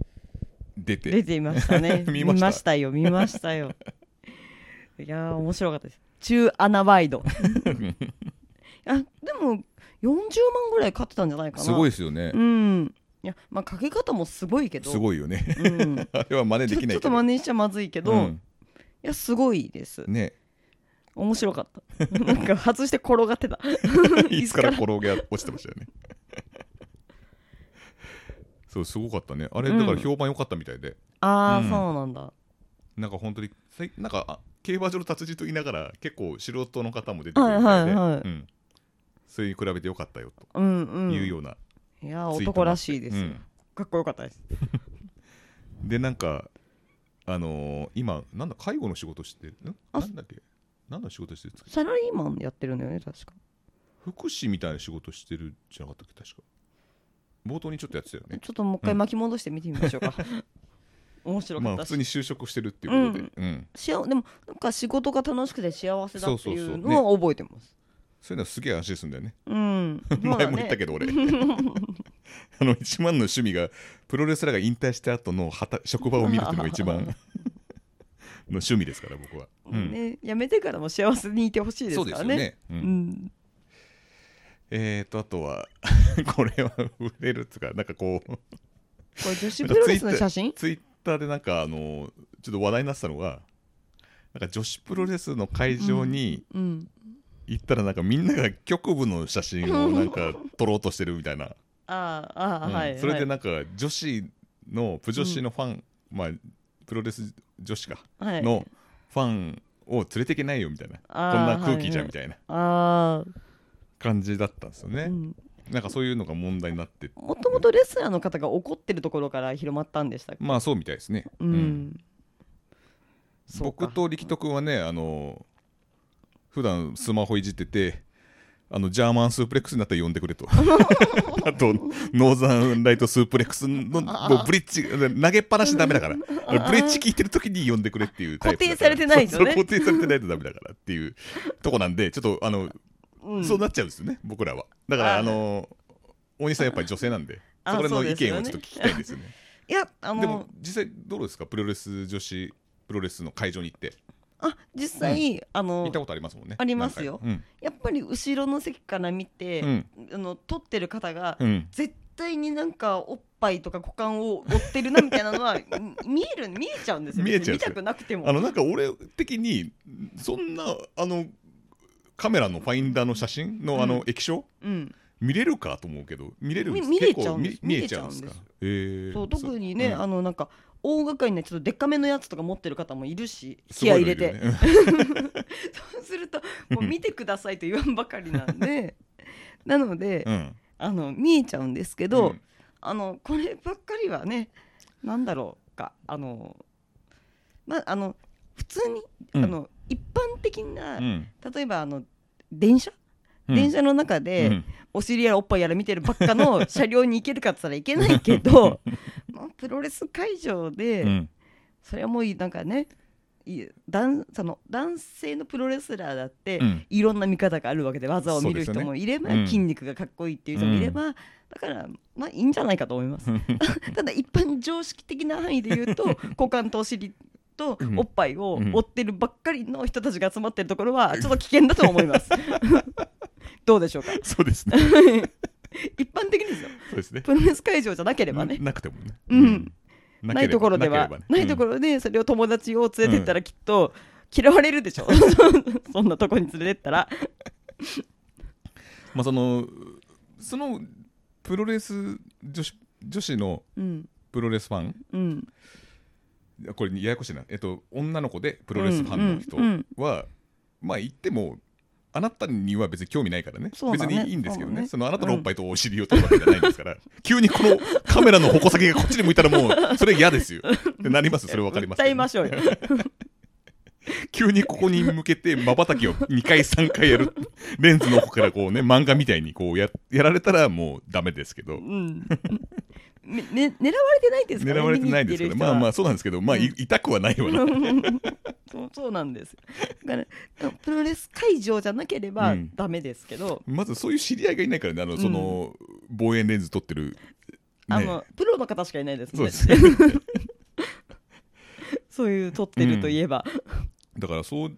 [SPEAKER 1] 出て、
[SPEAKER 2] 出ていましたね
[SPEAKER 1] 見
[SPEAKER 2] 見
[SPEAKER 1] ました
[SPEAKER 2] ましたよ見ましたよいやー面白かったです中穴ワイ ドあでも40万ぐらい買ってたんじゃないかな
[SPEAKER 1] すごい
[SPEAKER 2] い
[SPEAKER 1] ですよね、
[SPEAKER 2] うんいやまあかけ方もすごいけど
[SPEAKER 1] すごいよね
[SPEAKER 2] うん、ち
[SPEAKER 1] あれは真似
[SPEAKER 2] ょ
[SPEAKER 1] できない
[SPEAKER 2] ちょっと真似しちゃまずいけど、
[SPEAKER 1] う
[SPEAKER 2] い
[SPEAKER 1] ん
[SPEAKER 2] やすごいです
[SPEAKER 1] ね
[SPEAKER 2] 面白かった なんか外して転がってた
[SPEAKER 1] い
[SPEAKER 2] い
[SPEAKER 1] つ
[SPEAKER 2] つ
[SPEAKER 1] か
[SPEAKER 2] からら
[SPEAKER 1] 転げ落ちてましたよね そうすごかったねあれ
[SPEAKER 2] うん
[SPEAKER 1] だから評判良かったみたいで、
[SPEAKER 2] ああ、
[SPEAKER 1] うん
[SPEAKER 2] そうなんだ
[SPEAKER 1] なんか本当にさいなんかあ競馬場の達人と言いながら結構素人の方も出てく
[SPEAKER 2] は
[SPEAKER 1] る
[SPEAKER 2] い
[SPEAKER 1] みたいで、
[SPEAKER 2] はいはい
[SPEAKER 1] うん、それに比べて良かったよ
[SPEAKER 2] うん
[SPEAKER 1] と
[SPEAKER 2] うん
[SPEAKER 1] いうようないツ
[SPEAKER 2] や
[SPEAKER 1] イートもあって、
[SPEAKER 2] 男らしいです、
[SPEAKER 1] うん
[SPEAKER 2] かっこよかったです
[SPEAKER 1] でなんかあのー今なんだ介護の仕事してるん
[SPEAKER 2] あ
[SPEAKER 1] なんだっけ何の仕事してるんですか
[SPEAKER 2] サラリーマンやってるんだよね確か
[SPEAKER 1] 福祉みたいな仕事してるじゃなかったっけ確か冒頭にちょっとやってたよね
[SPEAKER 2] ちょっともう一回巻き戻して見てみましょうか、面白か
[SPEAKER 1] ま
[SPEAKER 2] っ
[SPEAKER 1] あ
[SPEAKER 2] た
[SPEAKER 1] 普
[SPEAKER 2] し,、
[SPEAKER 1] 通に就職してるっていうことで、うん
[SPEAKER 2] しあでもなんか仕事が楽しくて幸せだって
[SPEAKER 1] そうそうそ
[SPEAKER 2] いうう
[SPEAKER 1] ね
[SPEAKER 2] のは覚えてます
[SPEAKER 1] そういうのはすげえ安心するんだよね
[SPEAKER 2] うんそ う
[SPEAKER 1] 前
[SPEAKER 2] だ
[SPEAKER 1] も言った
[SPEAKER 2] ね
[SPEAKER 1] けど 俺あの一番の趣味がプロレスラーが引退した後の旗職場を見るっていうのが一番 の趣味ですから僕は、うん
[SPEAKER 2] ね辞めてからも幸せにいてほしいで
[SPEAKER 1] そう
[SPEAKER 2] す
[SPEAKER 1] で
[SPEAKER 2] か
[SPEAKER 1] す
[SPEAKER 2] ら
[SPEAKER 1] よ
[SPEAKER 2] ね
[SPEAKER 1] ね、うん
[SPEAKER 2] うん
[SPEAKER 1] えーとあとは これは売れるっつうかなんかこう
[SPEAKER 2] これ女子プロレスの写真
[SPEAKER 1] ツイッターでなんかあのちょっと話題になってたのがなんか女子プロレスの会場に、
[SPEAKER 2] うん
[SPEAKER 1] 行ったらなんかみんなが局部の写真をなんか撮ろうとしてるみたいな、
[SPEAKER 2] ああああ、
[SPEAKER 1] うん
[SPEAKER 2] はい
[SPEAKER 1] それで
[SPEAKER 2] は
[SPEAKER 1] なんか女子のプ女子のファン、まあプロレス女子か
[SPEAKER 2] い、はい、
[SPEAKER 1] のファンを連れていけないよみたいなこ
[SPEAKER 2] あー
[SPEAKER 1] んな空気じゃ
[SPEAKER 2] はいはい
[SPEAKER 1] んみたいな
[SPEAKER 2] あ
[SPEAKER 1] 感じだったんですよね、
[SPEAKER 2] あ、うん
[SPEAKER 1] なんかそういうのが問題になって
[SPEAKER 2] もともとレスラーの方が怒ってるところから広まったんでしたっけ
[SPEAKER 1] まあそうみたいですね、
[SPEAKER 2] う
[SPEAKER 1] うん
[SPEAKER 2] ん、そうか
[SPEAKER 1] 僕と力斗君はねあの普段スマホいじっててあのジャーマンスープレックスになったら呼んでくれ とあとノーザンライトスープレックスのもうブリッジ投げっぱなしダメだからブリッジ効いてる時に呼んでくれっていうタイプだから
[SPEAKER 2] 固定されてない
[SPEAKER 1] そ
[SPEAKER 2] とね
[SPEAKER 1] うそう固定されてないとダメだからっていうとこなんでちょっとあの、
[SPEAKER 2] うん
[SPEAKER 1] そうなっちゃうんですよね僕らはだから
[SPEAKER 2] あー
[SPEAKER 1] あの大西さんやっぱり女性なんで
[SPEAKER 2] あ
[SPEAKER 1] そこら
[SPEAKER 2] そう
[SPEAKER 1] 辺の
[SPEAKER 2] で
[SPEAKER 1] 意見
[SPEAKER 2] すよね
[SPEAKER 1] をちょっと聞きたいですよね
[SPEAKER 2] いやあ
[SPEAKER 1] でも
[SPEAKER 2] の
[SPEAKER 1] 実際どうですかプロレス女子プロレスの会場に行って
[SPEAKER 2] あ実際、あ
[SPEAKER 1] 行
[SPEAKER 2] の
[SPEAKER 1] ったことありますもんね
[SPEAKER 2] ありますよ
[SPEAKER 1] 何回か
[SPEAKER 2] やっぱり後ろの席から見て、
[SPEAKER 1] うん
[SPEAKER 2] あの撮ってる方が
[SPEAKER 1] うんうん
[SPEAKER 2] 絶対になんかおっぱいとか股間を追ってるなみたいな のはうん見える見えちゃうんですよ
[SPEAKER 1] 見えちゃうん
[SPEAKER 2] 見
[SPEAKER 1] ですよ
[SPEAKER 2] たくなくても
[SPEAKER 1] あのなんか俺的にそんなあのカメラのファインダーの写真のあ
[SPEAKER 2] うん
[SPEAKER 1] の液晶、
[SPEAKER 2] うん、
[SPEAKER 1] 見れるかと思うけど見れるんです
[SPEAKER 2] み見れ
[SPEAKER 1] 結構
[SPEAKER 2] ちゃうんです
[SPEAKER 1] み見えちゃうんですか
[SPEAKER 2] 見れちゃ
[SPEAKER 1] えー
[SPEAKER 2] そう特にね、
[SPEAKER 1] うん
[SPEAKER 2] あのなんか大掛かりなちょっとデカめのやつとか持ってる方もいるし
[SPEAKER 1] す
[SPEAKER 2] 気合
[SPEAKER 1] ご
[SPEAKER 2] い
[SPEAKER 1] い
[SPEAKER 2] 入
[SPEAKER 1] のい
[SPEAKER 2] れ
[SPEAKER 1] るよ
[SPEAKER 2] て、
[SPEAKER 1] ね
[SPEAKER 2] そうするともう見てくださいと言わんばかりなんでなので、
[SPEAKER 1] うん
[SPEAKER 2] あの見えちゃうんですけど、
[SPEAKER 1] うん
[SPEAKER 2] あのこればっかりはねなんだろうかあのまああの普通に、
[SPEAKER 1] うん
[SPEAKER 2] あの一般的な、
[SPEAKER 1] うん
[SPEAKER 2] 例えばあの電車、
[SPEAKER 1] うん
[SPEAKER 2] 電車の中で、
[SPEAKER 1] うん
[SPEAKER 2] お尻やらおっぱいやら見てるばっ かの車両に行けるかって言ったらいけないけど、まあ、プロレス会場で、
[SPEAKER 1] うん
[SPEAKER 2] それはもうなんかねい男その男性のプロレスラーだって、
[SPEAKER 1] うん
[SPEAKER 2] いろんな見方があるわけで技を見る
[SPEAKER 1] そうですよ
[SPEAKER 2] 人
[SPEAKER 1] ね
[SPEAKER 2] もいれば、
[SPEAKER 1] うん
[SPEAKER 2] 筋肉がかっこいいっていう人もいれば、だからまあいいんじゃないかと思いますただ一般常識的な範囲で 言うと股間とお尻とおっぱいを
[SPEAKER 1] うん
[SPEAKER 2] 追ってるばっかりの人たちが集まってるところ はちょっと危険だと思います どうでしょうか
[SPEAKER 1] そうですね
[SPEAKER 2] 一般的にですよ
[SPEAKER 1] そうですね
[SPEAKER 2] プロレス会場じゃなければね
[SPEAKER 1] なくてもね
[SPEAKER 2] うん
[SPEAKER 1] な
[SPEAKER 2] な
[SPEAKER 1] ければ
[SPEAKER 2] いところでは
[SPEAKER 1] ければね
[SPEAKER 2] ないところでそれを友達を連れてったらきっと嫌われるでしょ そんなとこに連れてったら
[SPEAKER 1] うんまあそのそのプロレス女子女子の
[SPEAKER 2] うん
[SPEAKER 1] プロレスファン
[SPEAKER 2] うん
[SPEAKER 1] いやこれややこしいな、えっと、女の子でプロレスファンの人
[SPEAKER 2] うんうん
[SPEAKER 1] は、まあ言ってもあなたには別に興味ないからね
[SPEAKER 2] そうだ
[SPEAKER 1] 別
[SPEAKER 2] ね
[SPEAKER 1] にいいんですけどね
[SPEAKER 2] そうだね
[SPEAKER 1] そのあなたのおっぱいとお尻を取るわけじゃないんですから、急にこのカメラの矛先がこっちに向いたらもうそれ嫌ですよってなりますそれ分かります
[SPEAKER 2] 訴えましょうよ
[SPEAKER 1] 急にここに向けてまばたきを2回3回やるレンズの奥からこうね漫画みたいにこうややられたらもうダメですけど
[SPEAKER 2] うんねね狙われてないですから
[SPEAKER 1] 狙
[SPEAKER 2] ね
[SPEAKER 1] われてないですけどまあまあそうなんですけどまあ、い痛くはないわ
[SPEAKER 2] 見
[SPEAKER 1] な、
[SPEAKER 2] に行ってる人はそうそうなんですよだからプロレス会場じゃなければ
[SPEAKER 1] うん
[SPEAKER 2] ダメですけど、
[SPEAKER 1] まずそういう知り合いがいないからねあの、
[SPEAKER 2] ん
[SPEAKER 1] その望遠レンズ撮ってる、ね、
[SPEAKER 2] あのプロの方しかいないです
[SPEAKER 1] そうで
[SPEAKER 2] ね
[SPEAKER 1] すね
[SPEAKER 2] そういう撮ってるといえば、
[SPEAKER 1] だからそう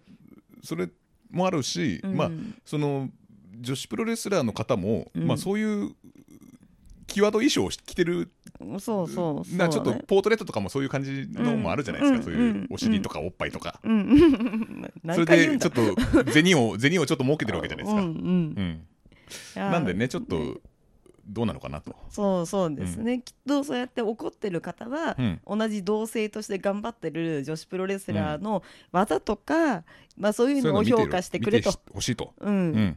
[SPEAKER 1] それもあるし、
[SPEAKER 2] うん
[SPEAKER 1] まあその女子プロレスラーの方も、
[SPEAKER 2] うん
[SPEAKER 1] まあそういう際どい衣装を着てる
[SPEAKER 2] そうそうそう、ね、
[SPEAKER 1] なちょっとポートレートとかもそういう感じのもあるじゃないですか、
[SPEAKER 2] うん
[SPEAKER 1] そう
[SPEAKER 2] う
[SPEAKER 1] いうんお尻とかおっぱいとか、
[SPEAKER 2] うん
[SPEAKER 1] それ
[SPEAKER 2] 何回言うん
[SPEAKER 1] で
[SPEAKER 2] だ
[SPEAKER 1] ちょっと銭を 銭をちょっと儲けてるわけじゃないですか、
[SPEAKER 2] う
[SPEAKER 1] うん
[SPEAKER 2] んうんいや ー
[SPEAKER 1] なんでねちょっとどうなのかなと、
[SPEAKER 2] そうそうですね、きっとそうやって怒ってる方は
[SPEAKER 1] う、ん
[SPEAKER 2] 同じ同性として頑張ってる女子プロレスラーの技とか、まあ、そういうのを
[SPEAKER 1] 見
[SPEAKER 2] 評価してくれと
[SPEAKER 1] 見てほしいと、
[SPEAKER 2] う
[SPEAKER 1] うん
[SPEAKER 2] ん、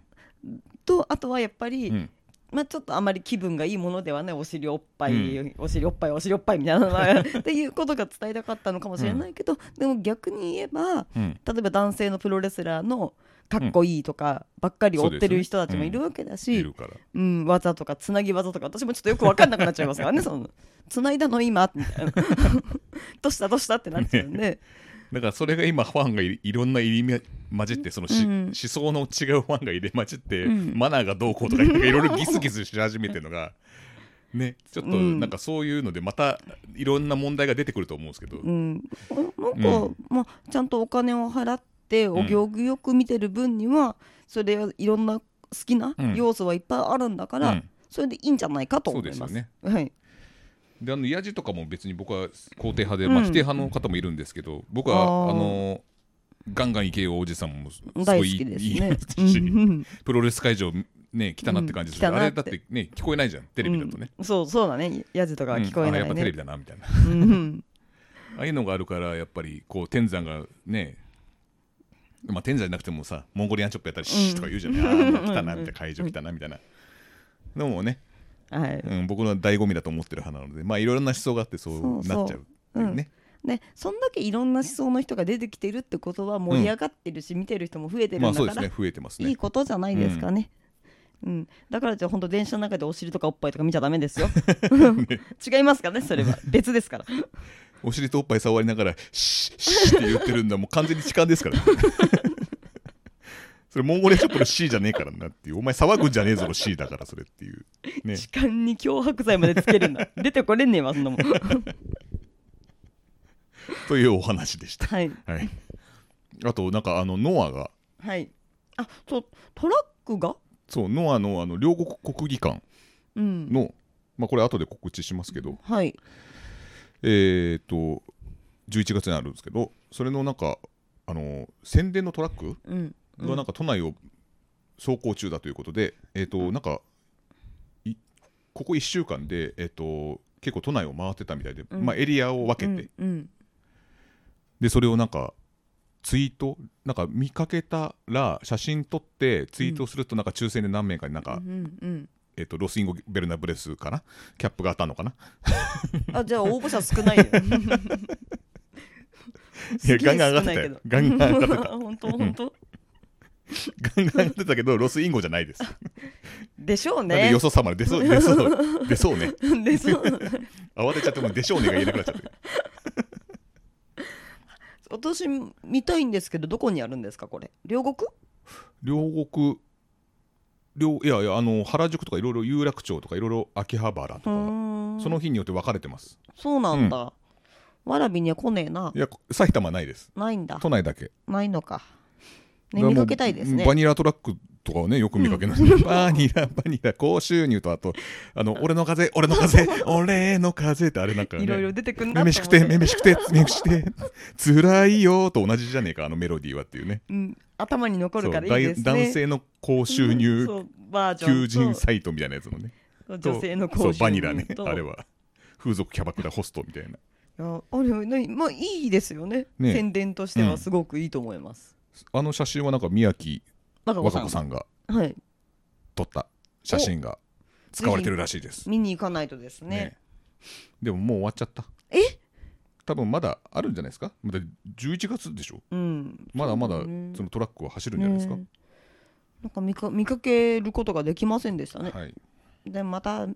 [SPEAKER 2] とあとはやっぱり、
[SPEAKER 1] うん
[SPEAKER 2] まあ、ちょっとあまり気分がいいものではないお尻おっぱい、
[SPEAKER 1] う
[SPEAKER 2] お尻おっぱいお尻おっぱいみたいなのはっていうことが伝えたかったのかもしれないけど、でも逆に言えば
[SPEAKER 1] うん
[SPEAKER 2] 例えば男性のプロレスラーのかっこいいとかばっかり追ってる人たちもいるわけだ
[SPEAKER 1] い
[SPEAKER 2] し、
[SPEAKER 1] るから
[SPEAKER 2] うん、技とかつなぎ技とか私もちょっとよく分かんなくなっちゃいますからねその つないだの今みたいな どうしたどうしたってなっちゃうんで、
[SPEAKER 1] だからそれが今ファンがいいろんな入り混じってそのし、
[SPEAKER 2] うん
[SPEAKER 1] 思想の違うファンが入れ混じって、
[SPEAKER 2] うん
[SPEAKER 1] マナーがどうこうとかなんかいろいろギスギスし始めてるの が。ね、ちょっと
[SPEAKER 2] うん
[SPEAKER 1] なんかそういうのでまたいろんな問題が出てくると思うんですけど、
[SPEAKER 2] うん、なんか、
[SPEAKER 1] うん
[SPEAKER 2] まあ、ちゃんとお金を払ってお行儀よく見てる分には、それはいろんな好きな
[SPEAKER 1] うん
[SPEAKER 2] 要素はいっぱいあるんだから、
[SPEAKER 1] うん
[SPEAKER 2] それでいいんじゃないかと思います。
[SPEAKER 1] そうですよね
[SPEAKER 2] はい
[SPEAKER 1] であのヤジとかも別に僕は肯定派で、まあ、
[SPEAKER 2] うん
[SPEAKER 1] 否定派の方もいるんですけど僕
[SPEAKER 2] あ
[SPEAKER 1] は
[SPEAKER 2] ー
[SPEAKER 1] あのガンガンイケるおじさんもす
[SPEAKER 2] 大
[SPEAKER 1] ごい
[SPEAKER 2] 好きですね。
[SPEAKER 1] いいし
[SPEAKER 2] うん
[SPEAKER 1] プロレス会場ね来たなって感じする、
[SPEAKER 2] うん来た
[SPEAKER 1] あ
[SPEAKER 2] な
[SPEAKER 1] れ
[SPEAKER 2] って
[SPEAKER 1] だってね聞こえないじゃんテレビだとね、
[SPEAKER 2] うんそうそうだね。ヤジとかは聞こえない
[SPEAKER 1] うんあやっぱテレ
[SPEAKER 2] ね。
[SPEAKER 1] ビだなみたいな
[SPEAKER 2] うんうん
[SPEAKER 1] ああいうのがあるからやっぱりこう天山がねまあ天山じゃなくてもさモンゴリアンチョップやったりシーとか言うじゃない、ああ来たなみたいな会場来たなみたいなのもね、
[SPEAKER 2] はい。
[SPEAKER 1] うん、僕の醍醐味だと思ってる派なのでまあいろいろな思想があってそうなっちゃうっていうね
[SPEAKER 2] ね、そんだけいろんな思想の人が出てきてるってことは盛り上がってるし、見てる人も増えてるん
[SPEAKER 1] ま
[SPEAKER 2] だ
[SPEAKER 1] あ
[SPEAKER 2] か
[SPEAKER 1] そう
[SPEAKER 2] ら、
[SPEAKER 1] ですね増えてます
[SPEAKER 2] いい
[SPEAKER 1] ね
[SPEAKER 2] ことじゃないですかね。うんだからじゃあ本当電車の中でお尻とかおっぱいとか見ちゃダメです よ。違いますからねそれは別ですから。
[SPEAKER 1] お尻とおっぱい触りながらシーシーって言ってるんだもう完全に痴漢ですから、ね、 それモンゴリアンチョップのシーじゃねえからなっていうお前騒ぐんじゃねえぞのシーだからそれっていうね
[SPEAKER 2] 痴漢に脅迫罪までつけるん だ出てこれんねえわそんなもん。
[SPEAKER 1] というお話でした
[SPEAKER 2] はい
[SPEAKER 1] はいあとなんかあのノアが
[SPEAKER 2] はい。あそうトラックが
[SPEAKER 1] そうノアのあの両国国技館
[SPEAKER 2] うん
[SPEAKER 1] のまあ、これ後で告知しますけど、
[SPEAKER 2] はい
[SPEAKER 1] えー、と11月にあるんですけどそれのなんかあの宣伝のトラック
[SPEAKER 2] うんうん
[SPEAKER 1] がなんか都内を走行中だということで、えー、となんかいここ1週間で、えー、と結構都内を回ってたみたいで、
[SPEAKER 2] うん
[SPEAKER 1] まあ、エリアを分けて、
[SPEAKER 2] うんうん
[SPEAKER 1] でそれをなんかツイートなんか見かけたら写真撮ってツイートするとなんか抽選で何名かになんか、
[SPEAKER 2] うんうん
[SPEAKER 1] えー、とロスインゴ・ベルナブレスかなキャップが当たるのかな
[SPEAKER 2] あじゃあ応募者少ないよ
[SPEAKER 1] いやガンガン上がってたよガンガン上がってた
[SPEAKER 2] 本当本当
[SPEAKER 1] ガンガンやってたけどロスインゴじゃ ないです。
[SPEAKER 2] でしょう
[SPEAKER 1] なんで
[SPEAKER 2] ね
[SPEAKER 1] よそさまで出そう出そう出そうね
[SPEAKER 2] でそう
[SPEAKER 1] 慌てちゃってもうでしょうねが言えなくなっちゃって
[SPEAKER 2] 私見たいんですけどどこにあるんですかこれ両国
[SPEAKER 1] 両国両いやいやあの原宿とかいろいろ有楽町とかいろいろ秋葉原と
[SPEAKER 2] う
[SPEAKER 1] か
[SPEAKER 2] ーん
[SPEAKER 1] その日によって分かれてます
[SPEAKER 2] そうなんだ、わらびには来ねえない
[SPEAKER 1] や埼玉ないです
[SPEAKER 2] ないんだ
[SPEAKER 1] 都内だけ
[SPEAKER 2] ないのか、
[SPEAKER 1] だ
[SPEAKER 2] ね、
[SPEAKER 1] からもう
[SPEAKER 2] 見かけたいですね
[SPEAKER 1] バニラトラックとかはねよく見かけ ない、バニラバニラ高収入とあとあの俺の風俺の 風俺の風ってあれなんかね
[SPEAKER 2] いろいろ出てくんだ
[SPEAKER 1] めめしくてめ
[SPEAKER 2] め
[SPEAKER 1] めしくてめめしくて辛いよと同じじゃねえかあのメロディーはっていう ね
[SPEAKER 2] うん、頭に残るから
[SPEAKER 1] そう
[SPEAKER 2] いいですね
[SPEAKER 1] 男性の高収入
[SPEAKER 2] そうバージョ
[SPEAKER 1] 求
[SPEAKER 2] ンと
[SPEAKER 1] 人サイトみたいなやつのね
[SPEAKER 2] そう
[SPEAKER 1] と
[SPEAKER 2] 女性の
[SPEAKER 1] そ
[SPEAKER 2] 講
[SPEAKER 1] う
[SPEAKER 2] 習
[SPEAKER 1] バニラねあれは風俗キャバクラホストみたいない
[SPEAKER 2] やあれねまあいいですよね
[SPEAKER 1] ね
[SPEAKER 2] 宣伝としてはすごくいいと思います、
[SPEAKER 1] あの写真はなんか宮城
[SPEAKER 2] 若
[SPEAKER 1] 和歌子さんが
[SPEAKER 2] はい
[SPEAKER 1] 撮った写真が使われてるらしいです
[SPEAKER 2] 見に行かないとですね
[SPEAKER 1] ねでももう終わっちゃった
[SPEAKER 2] え
[SPEAKER 1] 多分まだあるんじゃないですかまだ11月でしょ
[SPEAKER 2] うん
[SPEAKER 1] まだまだ
[SPEAKER 2] そうね
[SPEAKER 1] そのトラックは走るんじゃないですか
[SPEAKER 2] ねなんか見か見かけることができませんでしたね、
[SPEAKER 1] はい
[SPEAKER 2] でまた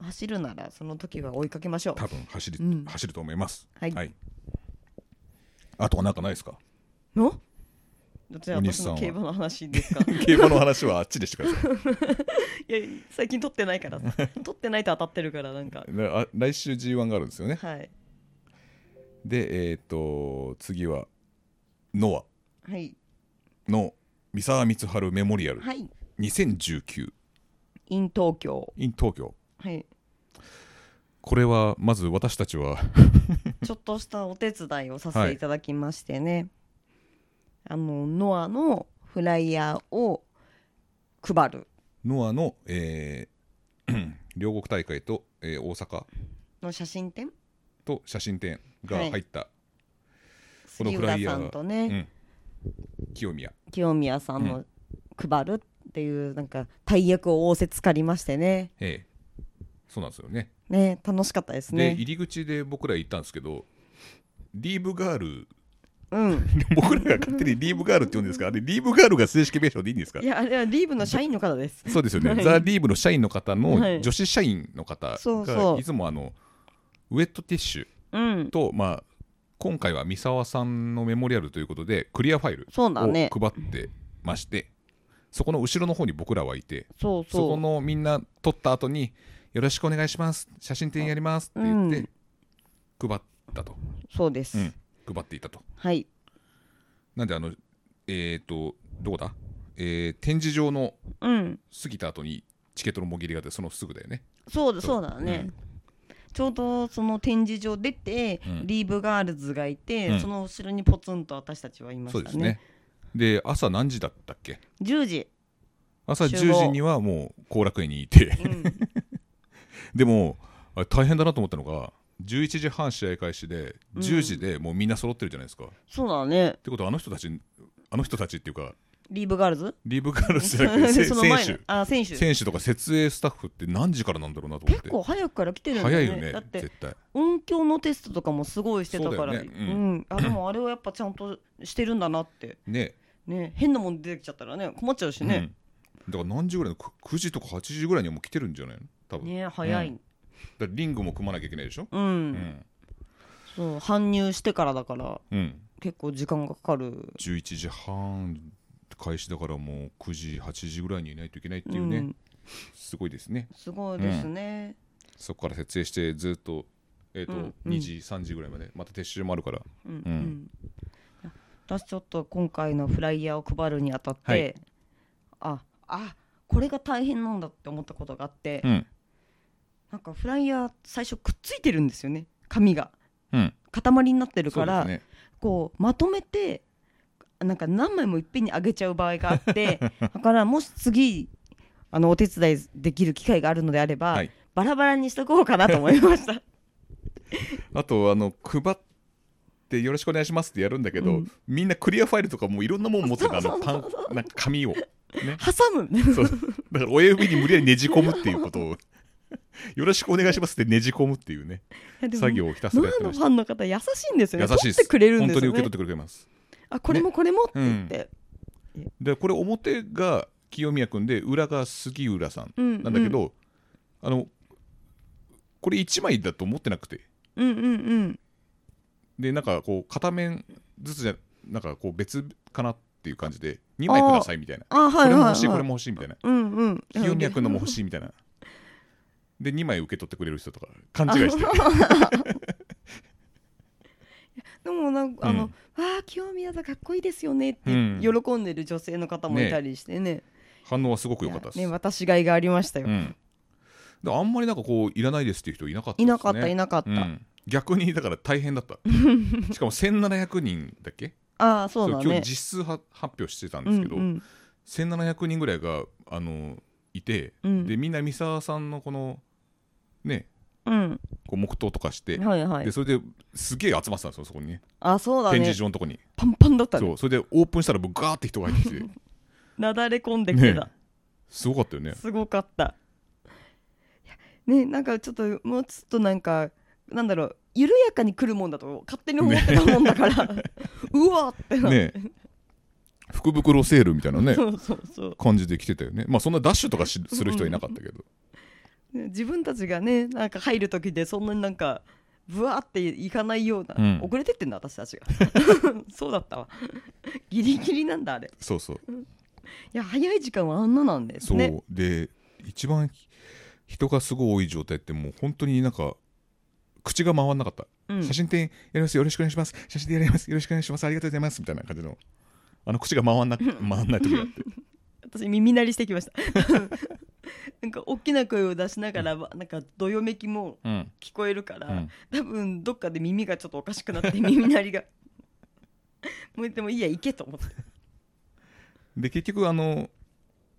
[SPEAKER 2] 走るならその時は追いかけましょう
[SPEAKER 1] 多分走り
[SPEAKER 2] うん
[SPEAKER 1] 走ると思います
[SPEAKER 2] はい
[SPEAKER 1] はいあとはなんかないですか
[SPEAKER 2] のじゃあ
[SPEAKER 1] お兄さん
[SPEAKER 2] 私
[SPEAKER 1] は
[SPEAKER 2] の競馬の話ですか
[SPEAKER 1] 競馬の話はあっちでしてください
[SPEAKER 2] いや最近取ってないから さ取ってないと当たってるからなんか
[SPEAKER 1] なあ来週 G1 があるんですよね
[SPEAKER 2] はい
[SPEAKER 1] でえっ、と次はノア
[SPEAKER 2] はい
[SPEAKER 1] の三沢光晴メモリアル
[SPEAKER 2] はい
[SPEAKER 1] 2019
[SPEAKER 2] in 東京
[SPEAKER 1] in 東京
[SPEAKER 2] はい
[SPEAKER 1] これはまず私たちは
[SPEAKER 2] ちょっとしたお手伝いをさせていただきましてね、あのノアのフライヤーを配る
[SPEAKER 1] ノアの、えー 両国大会と、えー大阪
[SPEAKER 2] の写真展
[SPEAKER 1] と写真展が入った、この
[SPEAKER 2] 杉
[SPEAKER 1] フラ
[SPEAKER 2] 浦
[SPEAKER 1] イヤー
[SPEAKER 2] さ
[SPEAKER 1] が
[SPEAKER 2] んとね、
[SPEAKER 1] うん、清宮
[SPEAKER 2] 清宮さんの配るっていうなんか大役を仰せつかりましてね
[SPEAKER 1] ええそうなんですよね
[SPEAKER 2] ね楽しかったです
[SPEAKER 1] で
[SPEAKER 2] ね
[SPEAKER 1] 入り口で僕ら行ったんですけどリーブガール
[SPEAKER 2] うん
[SPEAKER 1] 僕らが勝手にリーブガールって呼んでるんですかあれリーブガールが正式名称でいいんですか
[SPEAKER 2] いやあれはリーブの社員の方です
[SPEAKER 1] そうですよね、
[SPEAKER 2] はい
[SPEAKER 1] ザ・リーブの社員の方
[SPEAKER 2] は
[SPEAKER 1] の
[SPEAKER 2] い
[SPEAKER 1] 女子社員の方が
[SPEAKER 2] そうそう
[SPEAKER 1] いつもあのウェットティッシュ
[SPEAKER 2] うん
[SPEAKER 1] と、まあ、今回は三沢さんのメモリアルということでクリアファイル
[SPEAKER 2] そうだ
[SPEAKER 1] を配
[SPEAKER 2] ね
[SPEAKER 1] ってましてそ,、この後ろの方に僕らはいて
[SPEAKER 2] そう
[SPEAKER 1] そこ
[SPEAKER 2] そう
[SPEAKER 1] のみんな撮った後に「よろしくお願いします写真展やります」って言って配ったと、
[SPEAKER 2] そうです、
[SPEAKER 1] うん配っていたと
[SPEAKER 2] はい
[SPEAKER 1] なんであのえっ、とどこだ、えー展示場の
[SPEAKER 2] うん
[SPEAKER 1] 過ぎた後にチケットのもぎりがあってそのすぐだよね
[SPEAKER 2] そうだそうだね、
[SPEAKER 1] う
[SPEAKER 2] ちょうどその展示場出て、
[SPEAKER 1] うん
[SPEAKER 2] リーブガールズがいて、
[SPEAKER 1] うん
[SPEAKER 2] その後ろにポツンと私たちはいま
[SPEAKER 1] そう
[SPEAKER 2] し
[SPEAKER 1] で
[SPEAKER 2] た
[SPEAKER 1] す
[SPEAKER 2] ね
[SPEAKER 1] ねで朝何時だったっけ
[SPEAKER 2] 10時、
[SPEAKER 1] 朝
[SPEAKER 2] 集合
[SPEAKER 1] 10時にはもう後楽園にいて
[SPEAKER 2] うん、
[SPEAKER 1] でもあれ大変だなと思ったのが11時半試合開始で
[SPEAKER 2] うん
[SPEAKER 1] 10時でもうみんな揃ってるじゃないですか、っ
[SPEAKER 2] そうだね
[SPEAKER 1] てことはあの人たちあの人たちっていうか
[SPEAKER 2] リーブガールズ
[SPEAKER 1] リーブガールズじゃなくてせ
[SPEAKER 2] その
[SPEAKER 1] 選
[SPEAKER 2] 前の
[SPEAKER 1] 手
[SPEAKER 2] あ選手
[SPEAKER 1] 選手とか設営スタッフって何時からなんだろうなと思っ
[SPEAKER 2] 結
[SPEAKER 1] て
[SPEAKER 2] 構早くから来てるんだ
[SPEAKER 1] 早
[SPEAKER 2] よね
[SPEAKER 1] いよね
[SPEAKER 2] だって
[SPEAKER 1] 絶対
[SPEAKER 2] 音響のテストとかもすごいしてたから
[SPEAKER 1] そうだよねうん
[SPEAKER 2] んあでもあれをやっぱちゃんとしてるんだなって
[SPEAKER 1] ね
[SPEAKER 2] ね変なもん出てきちゃったらね困っちゃうしね、
[SPEAKER 1] うんだから何時ぐらいのく9時とか8時ぐらいにはもう来てるんじゃないの多分、
[SPEAKER 2] ね早い、
[SPEAKER 1] うんだからリングも組まなきゃいけないでしょ、
[SPEAKER 2] うん
[SPEAKER 1] うん
[SPEAKER 2] そう搬入してからだから
[SPEAKER 1] うん、
[SPEAKER 2] 結構時間がかかる
[SPEAKER 1] 11時半開始だからもう9時8時ぐらいにいないといけないっていうね、
[SPEAKER 2] うん、
[SPEAKER 1] すごいですね
[SPEAKER 2] すごいですね、
[SPEAKER 1] そこから設営してずっと,、えーと
[SPEAKER 2] うんうん
[SPEAKER 1] 2時3時ぐらいまでまた撤収もあるから
[SPEAKER 2] うんうん
[SPEAKER 1] うん
[SPEAKER 2] 私ちょっと今回のフライヤーを配るにあたって、
[SPEAKER 1] はい
[SPEAKER 2] ああこれが大変なんだって思ったことがあって、
[SPEAKER 1] うん
[SPEAKER 2] なんかフライヤー最初くっついてるんですよね紙が
[SPEAKER 1] うん
[SPEAKER 2] 塊になってる
[SPEAKER 1] そ
[SPEAKER 2] か
[SPEAKER 1] うで
[SPEAKER 2] ら、
[SPEAKER 1] すね
[SPEAKER 2] こうまとめてなんか何枚もいっぺんにあげちゃう場合があって だからもし次あのお手伝いできる機会があるのであれば、
[SPEAKER 1] はい
[SPEAKER 2] バラバラにしとこうかなと思い ました。
[SPEAKER 1] あとあの配ってよろしくお願いしますってやるんだけど、
[SPEAKER 2] うん
[SPEAKER 1] みんなクリアファイルとかもういろんなもん持ってたあ
[SPEAKER 2] そ
[SPEAKER 1] の
[SPEAKER 2] うそう
[SPEAKER 1] パ
[SPEAKER 2] そう
[SPEAKER 1] ンなんか紙をね
[SPEAKER 2] 挟む
[SPEAKER 1] そうだから親指に無理やりねじ込むっていうことをよろしくお願いしますってねじ込むっていうね
[SPEAKER 2] でも
[SPEAKER 1] 作業をひたすらや
[SPEAKER 2] ノ
[SPEAKER 1] っ
[SPEAKER 2] ア
[SPEAKER 1] て
[SPEAKER 2] の
[SPEAKER 1] まし
[SPEAKER 2] フ
[SPEAKER 1] た
[SPEAKER 2] ァンの方優しいんですよね
[SPEAKER 1] 優しいで
[SPEAKER 2] 取って
[SPEAKER 1] す
[SPEAKER 2] くれるん
[SPEAKER 1] 本
[SPEAKER 2] で
[SPEAKER 1] 当
[SPEAKER 2] す
[SPEAKER 1] に
[SPEAKER 2] よ
[SPEAKER 1] 受け取っ
[SPEAKER 2] ね
[SPEAKER 1] てくれます
[SPEAKER 2] あこれもこれもって言って、
[SPEAKER 1] でこれ表が清宮君で裏が杉浦さん
[SPEAKER 2] うん
[SPEAKER 1] なんだけど、あのこれ1枚だと思ってなくて
[SPEAKER 2] うんうんうん
[SPEAKER 1] でなんかこう片面ずつじゃなんかこう別かなっていう感じで2枚くださいみたいな
[SPEAKER 2] あは
[SPEAKER 1] こ
[SPEAKER 2] い
[SPEAKER 1] れも
[SPEAKER 2] はい、はい、
[SPEAKER 1] 欲しいこれも欲しいみたいな
[SPEAKER 2] うんうん
[SPEAKER 1] 清宮君のも欲
[SPEAKER 2] しい
[SPEAKER 1] しいみたいなで2枚受け取ってくれる人とか 勘違いして
[SPEAKER 2] でもなんかあの、
[SPEAKER 1] うん
[SPEAKER 2] わあ清宮さんかっこいいですよねって
[SPEAKER 1] うん
[SPEAKER 2] 喜んでる女性の方もいたりしてね
[SPEAKER 1] 反応はすごく良かったです
[SPEAKER 2] いやね私がいがありましたよ、
[SPEAKER 1] うん、であんまりなんかこういらないですっていう人いなかったです、ね、
[SPEAKER 2] いなかったいなかった、
[SPEAKER 1] うん逆にだから大変だ ったしかも1700人だっけ
[SPEAKER 2] ああそうだ
[SPEAKER 1] そう今
[SPEAKER 2] ね
[SPEAKER 1] 日実数は発表してたん
[SPEAKER 2] う
[SPEAKER 1] ですけど、
[SPEAKER 2] ん
[SPEAKER 1] 1700人ぐらいがあのいて、
[SPEAKER 2] うん
[SPEAKER 1] でみんな三沢さんのこのね
[SPEAKER 2] うん、
[SPEAKER 1] こう黙祷とかして、
[SPEAKER 2] うん、はいはい
[SPEAKER 1] でそれですげえ集まってたんですよそこにね
[SPEAKER 2] あそうだ
[SPEAKER 1] 展
[SPEAKER 2] ね
[SPEAKER 1] 示場のとこに、
[SPEAKER 2] パンパンだった
[SPEAKER 1] そ
[SPEAKER 2] ね
[SPEAKER 1] うそれでオープンしたらもうガーって人が入ってき て
[SPEAKER 2] なだれ込んできてた、
[SPEAKER 1] ねすごかったよね
[SPEAKER 2] すごかった。いやねなんかちょっともうちょっとなんかなんだろう緩やかに来るもんだと勝手に思ってたもんだから、 うわってな、
[SPEAKER 1] ね福袋セールみたいな ね
[SPEAKER 2] そうそうそう
[SPEAKER 1] 感じで来てたよねまあそんなダッシュとかしする人はいなかったけど
[SPEAKER 2] ね自分たちがねなんか入る時でそんなになんかぶわっていかないような、
[SPEAKER 1] うん
[SPEAKER 2] 遅れてってんだ私たちが そうだったわギリギリなんだあれ
[SPEAKER 1] そうそう
[SPEAKER 2] いや早い時間はあんななんです
[SPEAKER 1] そう、
[SPEAKER 2] ね
[SPEAKER 1] で一番ひ人がすごい多い状態ってもう本当になんか口が回らなかった、
[SPEAKER 2] うん
[SPEAKER 1] 写真展やりますよろしくお願いします写真展やりますよろしくお願いしますありがとうございますみたいな感じのあの口が回んな回んない時があって
[SPEAKER 2] 私耳鳴りしてきました なんか大きな声を出しながらなんかどよめきも
[SPEAKER 1] うん、
[SPEAKER 2] 聞こえるから、
[SPEAKER 1] うん
[SPEAKER 2] 多分どっかで耳がちょっとおかしくなって耳鳴りがもうでもいいや行けと思って
[SPEAKER 1] で結局あの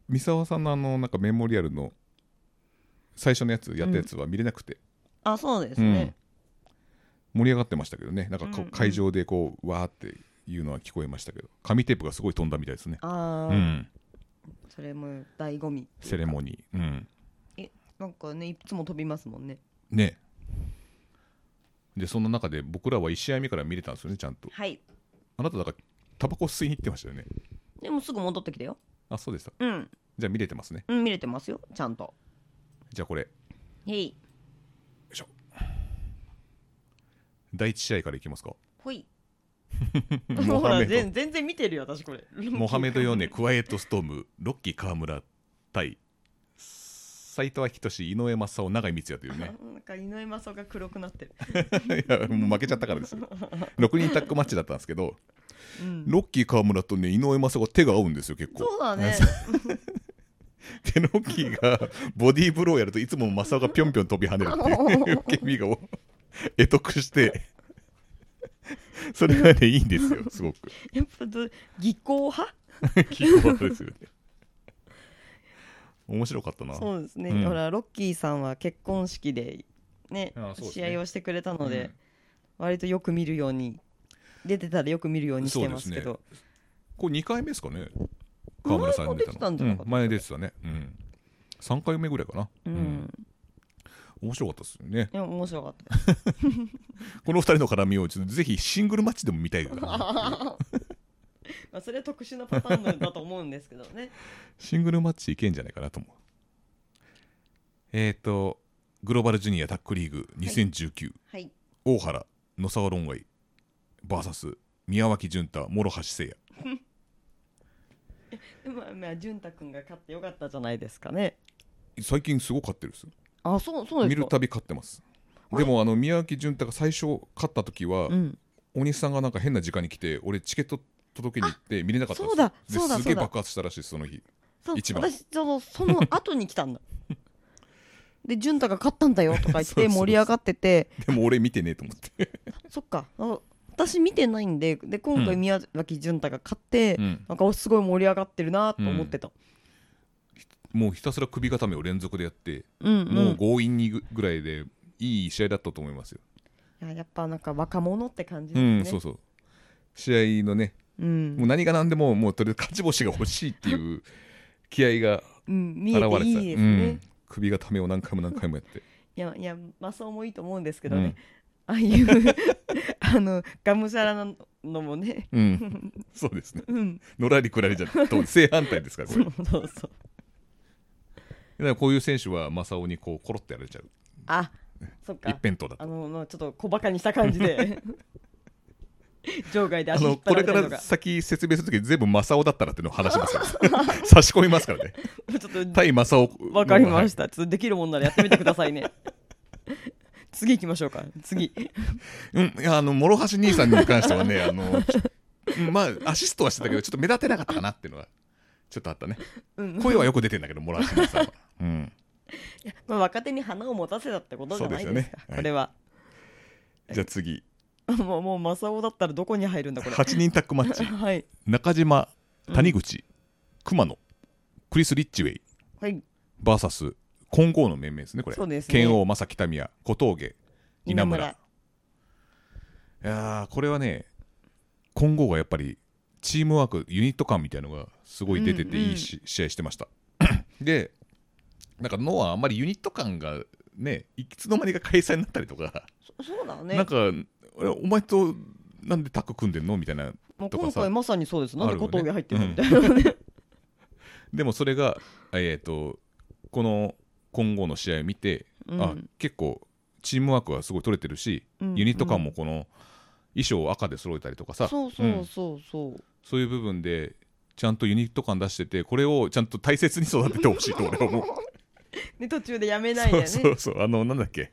[SPEAKER 1] 三沢さんのあのなんかメモリアルの最初のやつやったやつは見れなくて、
[SPEAKER 2] あそうです
[SPEAKER 1] うん
[SPEAKER 2] ね、
[SPEAKER 1] 盛り上がってましたけどねなんかこう
[SPEAKER 2] うんうん
[SPEAKER 1] 会場でこうわーっていうのは聞こえましたけど紙テープがすごい飛んだみたいですね
[SPEAKER 2] あ
[SPEAKER 1] う
[SPEAKER 2] あ、
[SPEAKER 1] ん
[SPEAKER 2] それも醍醐味っていうか
[SPEAKER 1] セレモニーうん
[SPEAKER 2] なんかねいつも飛びますもんね
[SPEAKER 1] ねでその中で僕らは1試合目から見れたんですよねちゃんと
[SPEAKER 2] はい
[SPEAKER 1] あなただからタバコ吸いに行ってましたよね
[SPEAKER 2] でもすぐ戻ってきたよ
[SPEAKER 1] あそうでした
[SPEAKER 2] うん、
[SPEAKER 1] じゃあ見れてますね
[SPEAKER 2] うん、見れてますよちゃんと
[SPEAKER 1] じゃあこれ
[SPEAKER 2] へい
[SPEAKER 1] 第1試合からいき ますか
[SPEAKER 2] ほい
[SPEAKER 1] モ
[SPEAKER 2] ほ
[SPEAKER 1] ハ
[SPEAKER 2] ら
[SPEAKER 1] メド
[SPEAKER 2] 全全然見てるよ私これ
[SPEAKER 1] モハメドヨネクワイエットストームロッキー川村対斎藤明俊井上正雄永井光也というね
[SPEAKER 2] なんか井上正雄が黒くなってる、
[SPEAKER 1] いやもう負けちゃったからですよ6人タッグマッチだったんですけど
[SPEAKER 2] うん、
[SPEAKER 1] ロッキー川村とね井上正雄が手が合うんですよ結構
[SPEAKER 2] そ うだね
[SPEAKER 1] でロッキーがボディーブローやるといつもマサオがぴょんぴょん飛び跳ねるっていう受け身を得得してそれがねいいんですよすごく
[SPEAKER 2] やっぱど技巧派
[SPEAKER 1] キーボードですよね面白かったな
[SPEAKER 2] そうですね、
[SPEAKER 1] うん
[SPEAKER 2] ほらロッキーさんは結婚式でね
[SPEAKER 1] あそうですね
[SPEAKER 2] 試合をしてくれたので、
[SPEAKER 1] うん
[SPEAKER 2] 割とよく見るように出てたらよく見るようにしてますけ
[SPEAKER 1] そう
[SPEAKER 2] ど
[SPEAKER 1] これ2回目ですかね川村さんに出たの
[SPEAKER 2] 前も出てたんじゃなかった
[SPEAKER 1] うん前出てたね、うん、3回目ぐらいかな、う
[SPEAKER 2] う,、
[SPEAKER 1] ん
[SPEAKER 2] ん、
[SPEAKER 1] 面白かったですよね
[SPEAKER 2] でも面白 かった
[SPEAKER 1] この2人の絡みをちょっとぜひシングルマッチでも見たい から
[SPEAKER 2] まあそれは特殊なパターンだと思うんですけどね
[SPEAKER 1] シングルマッチいけんじゃないかなと思う。えっ、ー、と、グローバルジュニアタックリーグ2019、
[SPEAKER 2] はい
[SPEAKER 1] 大原、野沢論外、VS 宮脇潤太、諸橋聖也。
[SPEAKER 2] まあまあ潤太君が勝ってよかったじゃないですかね
[SPEAKER 1] 最近すごく勝ってるんですよ。
[SPEAKER 2] あそうそう
[SPEAKER 1] 見
[SPEAKER 2] です
[SPEAKER 1] る
[SPEAKER 2] か
[SPEAKER 1] たび勝ってます。でもあの宮脇潤太が最初勝った時は、
[SPEAKER 2] うん、
[SPEAKER 1] 大西さんがなんか変な時間に来て、俺チケット届けに行って見れなかったんですよ
[SPEAKER 2] あそうだそうだ
[SPEAKER 1] ですげえ
[SPEAKER 2] そうだ
[SPEAKER 1] 爆発したらしいですその日。
[SPEAKER 2] そう
[SPEAKER 1] 一番
[SPEAKER 2] 私ちょうどその後に来たんだで潤太が勝ったんだよとか言っ
[SPEAKER 1] そうそう
[SPEAKER 2] て
[SPEAKER 1] そう
[SPEAKER 2] 盛り上がってて
[SPEAKER 1] でも俺見てねえと思って、
[SPEAKER 2] そっかあ私見てないんでで今回
[SPEAKER 1] うん
[SPEAKER 2] 宮脇潤太が勝って、
[SPEAKER 1] うん
[SPEAKER 2] なんかおすごい盛り上がってるなと思ってた、
[SPEAKER 1] もうひたすら首固めを連続でやって、
[SPEAKER 2] うんうん
[SPEAKER 1] もう強引にぐぐらいでいい試合だったと思いますよ。
[SPEAKER 2] いややっぱなんか若者って感じで
[SPEAKER 1] う
[SPEAKER 2] すね
[SPEAKER 1] ん、そうそう試合のね、
[SPEAKER 2] うん
[SPEAKER 1] もう何が何でももうとりあえず勝ち星が欲しいっていう気合が
[SPEAKER 2] うん、見
[SPEAKER 1] 現
[SPEAKER 2] え
[SPEAKER 1] れ
[SPEAKER 2] て
[SPEAKER 1] て
[SPEAKER 2] い
[SPEAKER 1] た
[SPEAKER 2] いですね、
[SPEAKER 1] うん、首固めを何回も何回もやって、
[SPEAKER 2] いやいやマスオもいいと思うんですけ
[SPEAKER 1] う
[SPEAKER 2] どね
[SPEAKER 1] ん、
[SPEAKER 2] ああいう あのがむしゃらなのもね
[SPEAKER 1] うん、そうですね
[SPEAKER 2] うん
[SPEAKER 1] のらりくらりじゃと正反対ですからこ
[SPEAKER 2] そ
[SPEAKER 1] れ
[SPEAKER 2] うそうそう
[SPEAKER 1] だからこういう選手は正雄にこうコロってやられちゃう
[SPEAKER 2] あそっ
[SPEAKER 1] 一
[SPEAKER 2] か
[SPEAKER 1] 辺倒だと
[SPEAKER 2] あのまあちょっと小バカにした感 じで場外で
[SPEAKER 1] あ
[SPEAKER 2] 足引
[SPEAKER 1] の
[SPEAKER 2] っ張
[SPEAKER 1] こ
[SPEAKER 2] ら
[SPEAKER 1] れか
[SPEAKER 2] れたりと
[SPEAKER 1] ら
[SPEAKER 2] か
[SPEAKER 1] 先説明するとき全部正雄だったらっていうのを話しますから 差し込みますからね
[SPEAKER 2] ちょっと
[SPEAKER 1] 対正雄、
[SPEAKER 2] わかりましたたちょっとできるもんならやってみてくださいね 次行きましょうか次
[SPEAKER 1] はいうんいやあの諸橋兄さんに関してはねあのちょうんまあアシストはしてたけどちょっと目立てなかったかなっていうのはちょっとあったね
[SPEAKER 2] うん
[SPEAKER 1] 声はよく出てんだけど諸橋兄さんは、うん、
[SPEAKER 2] まあ若手に花を持たせたってことじゃないですか
[SPEAKER 1] そうですよねはい
[SPEAKER 2] これは
[SPEAKER 1] じゃあ次
[SPEAKER 2] もうもうマサオだったらどこに入るんだこれ
[SPEAKER 1] 8人タッグマッチ
[SPEAKER 2] はい
[SPEAKER 1] 中島谷口、熊野クリス・リッチウェイ
[SPEAKER 2] はい、
[SPEAKER 1] VS 金剛の面々ですねこれ
[SPEAKER 2] そうですね
[SPEAKER 1] 剣王正木民也小峠稲村
[SPEAKER 2] 稲
[SPEAKER 1] いやーこれはね金剛がやっぱりチームワークユニット感みたいのがすごい出てて
[SPEAKER 2] うんうん
[SPEAKER 1] いいし、試合してました でなんかノアあんまりユニット感がねいつの間にか開催になったりとか、
[SPEAKER 2] そそうだね
[SPEAKER 1] なんか俺お前となんでタッグ組んでんのみたいな
[SPEAKER 2] もう
[SPEAKER 1] とか
[SPEAKER 2] 今
[SPEAKER 1] さ
[SPEAKER 2] 回まさにそうですなんで小峠入ってるのみたいな、
[SPEAKER 1] でもそれが、えー、とこの今後の試合を見て、
[SPEAKER 2] うん
[SPEAKER 1] あ結構チームワークはすごい取れてるし、
[SPEAKER 2] うん
[SPEAKER 1] ユニット感もこの衣装を赤で揃えたりとかさ
[SPEAKER 2] そうそ
[SPEAKER 1] うん
[SPEAKER 2] うそうそう、
[SPEAKER 1] そういう部分でちゃんとユニット感出しててこれをちゃんと大切に育ててほしいと俺は思う
[SPEAKER 2] で途中でやめ ないで
[SPEAKER 1] そ
[SPEAKER 2] ね
[SPEAKER 1] うそうそうあのなんだっけ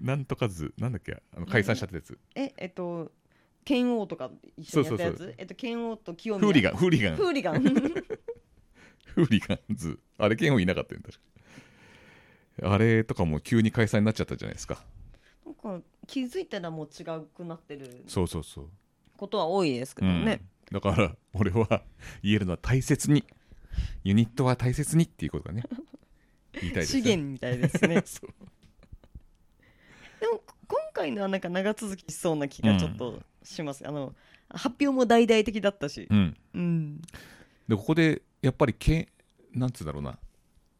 [SPEAKER 1] なんとかずなんだっけあの解散しちゃったやつ、
[SPEAKER 2] ええっと剣王とか一緒にやったやつ
[SPEAKER 1] そうそうそ
[SPEAKER 2] えっと剣王と清宮
[SPEAKER 1] フーリガンフーリガン
[SPEAKER 2] フーリ ガン
[SPEAKER 1] フーリガンズあれ剣王いなかったよね確かあれとかも急に解散になっちゃったじゃないですか
[SPEAKER 2] なんか気づいたらもう違くなってる
[SPEAKER 1] そうそうそう
[SPEAKER 2] ことは多いですけどね、
[SPEAKER 1] うん、だから俺は言えるのは大切にユニットは大切にっていうことが ね言いたいです
[SPEAKER 2] 資
[SPEAKER 1] ね
[SPEAKER 2] 源みたいです ね
[SPEAKER 1] そう
[SPEAKER 2] でも今回のはなんか長続きしそうな気がちょっとします、あの発表も大々的だったし
[SPEAKER 1] うん
[SPEAKER 2] うん
[SPEAKER 1] でここでやっぱりけんなんつうんだろうな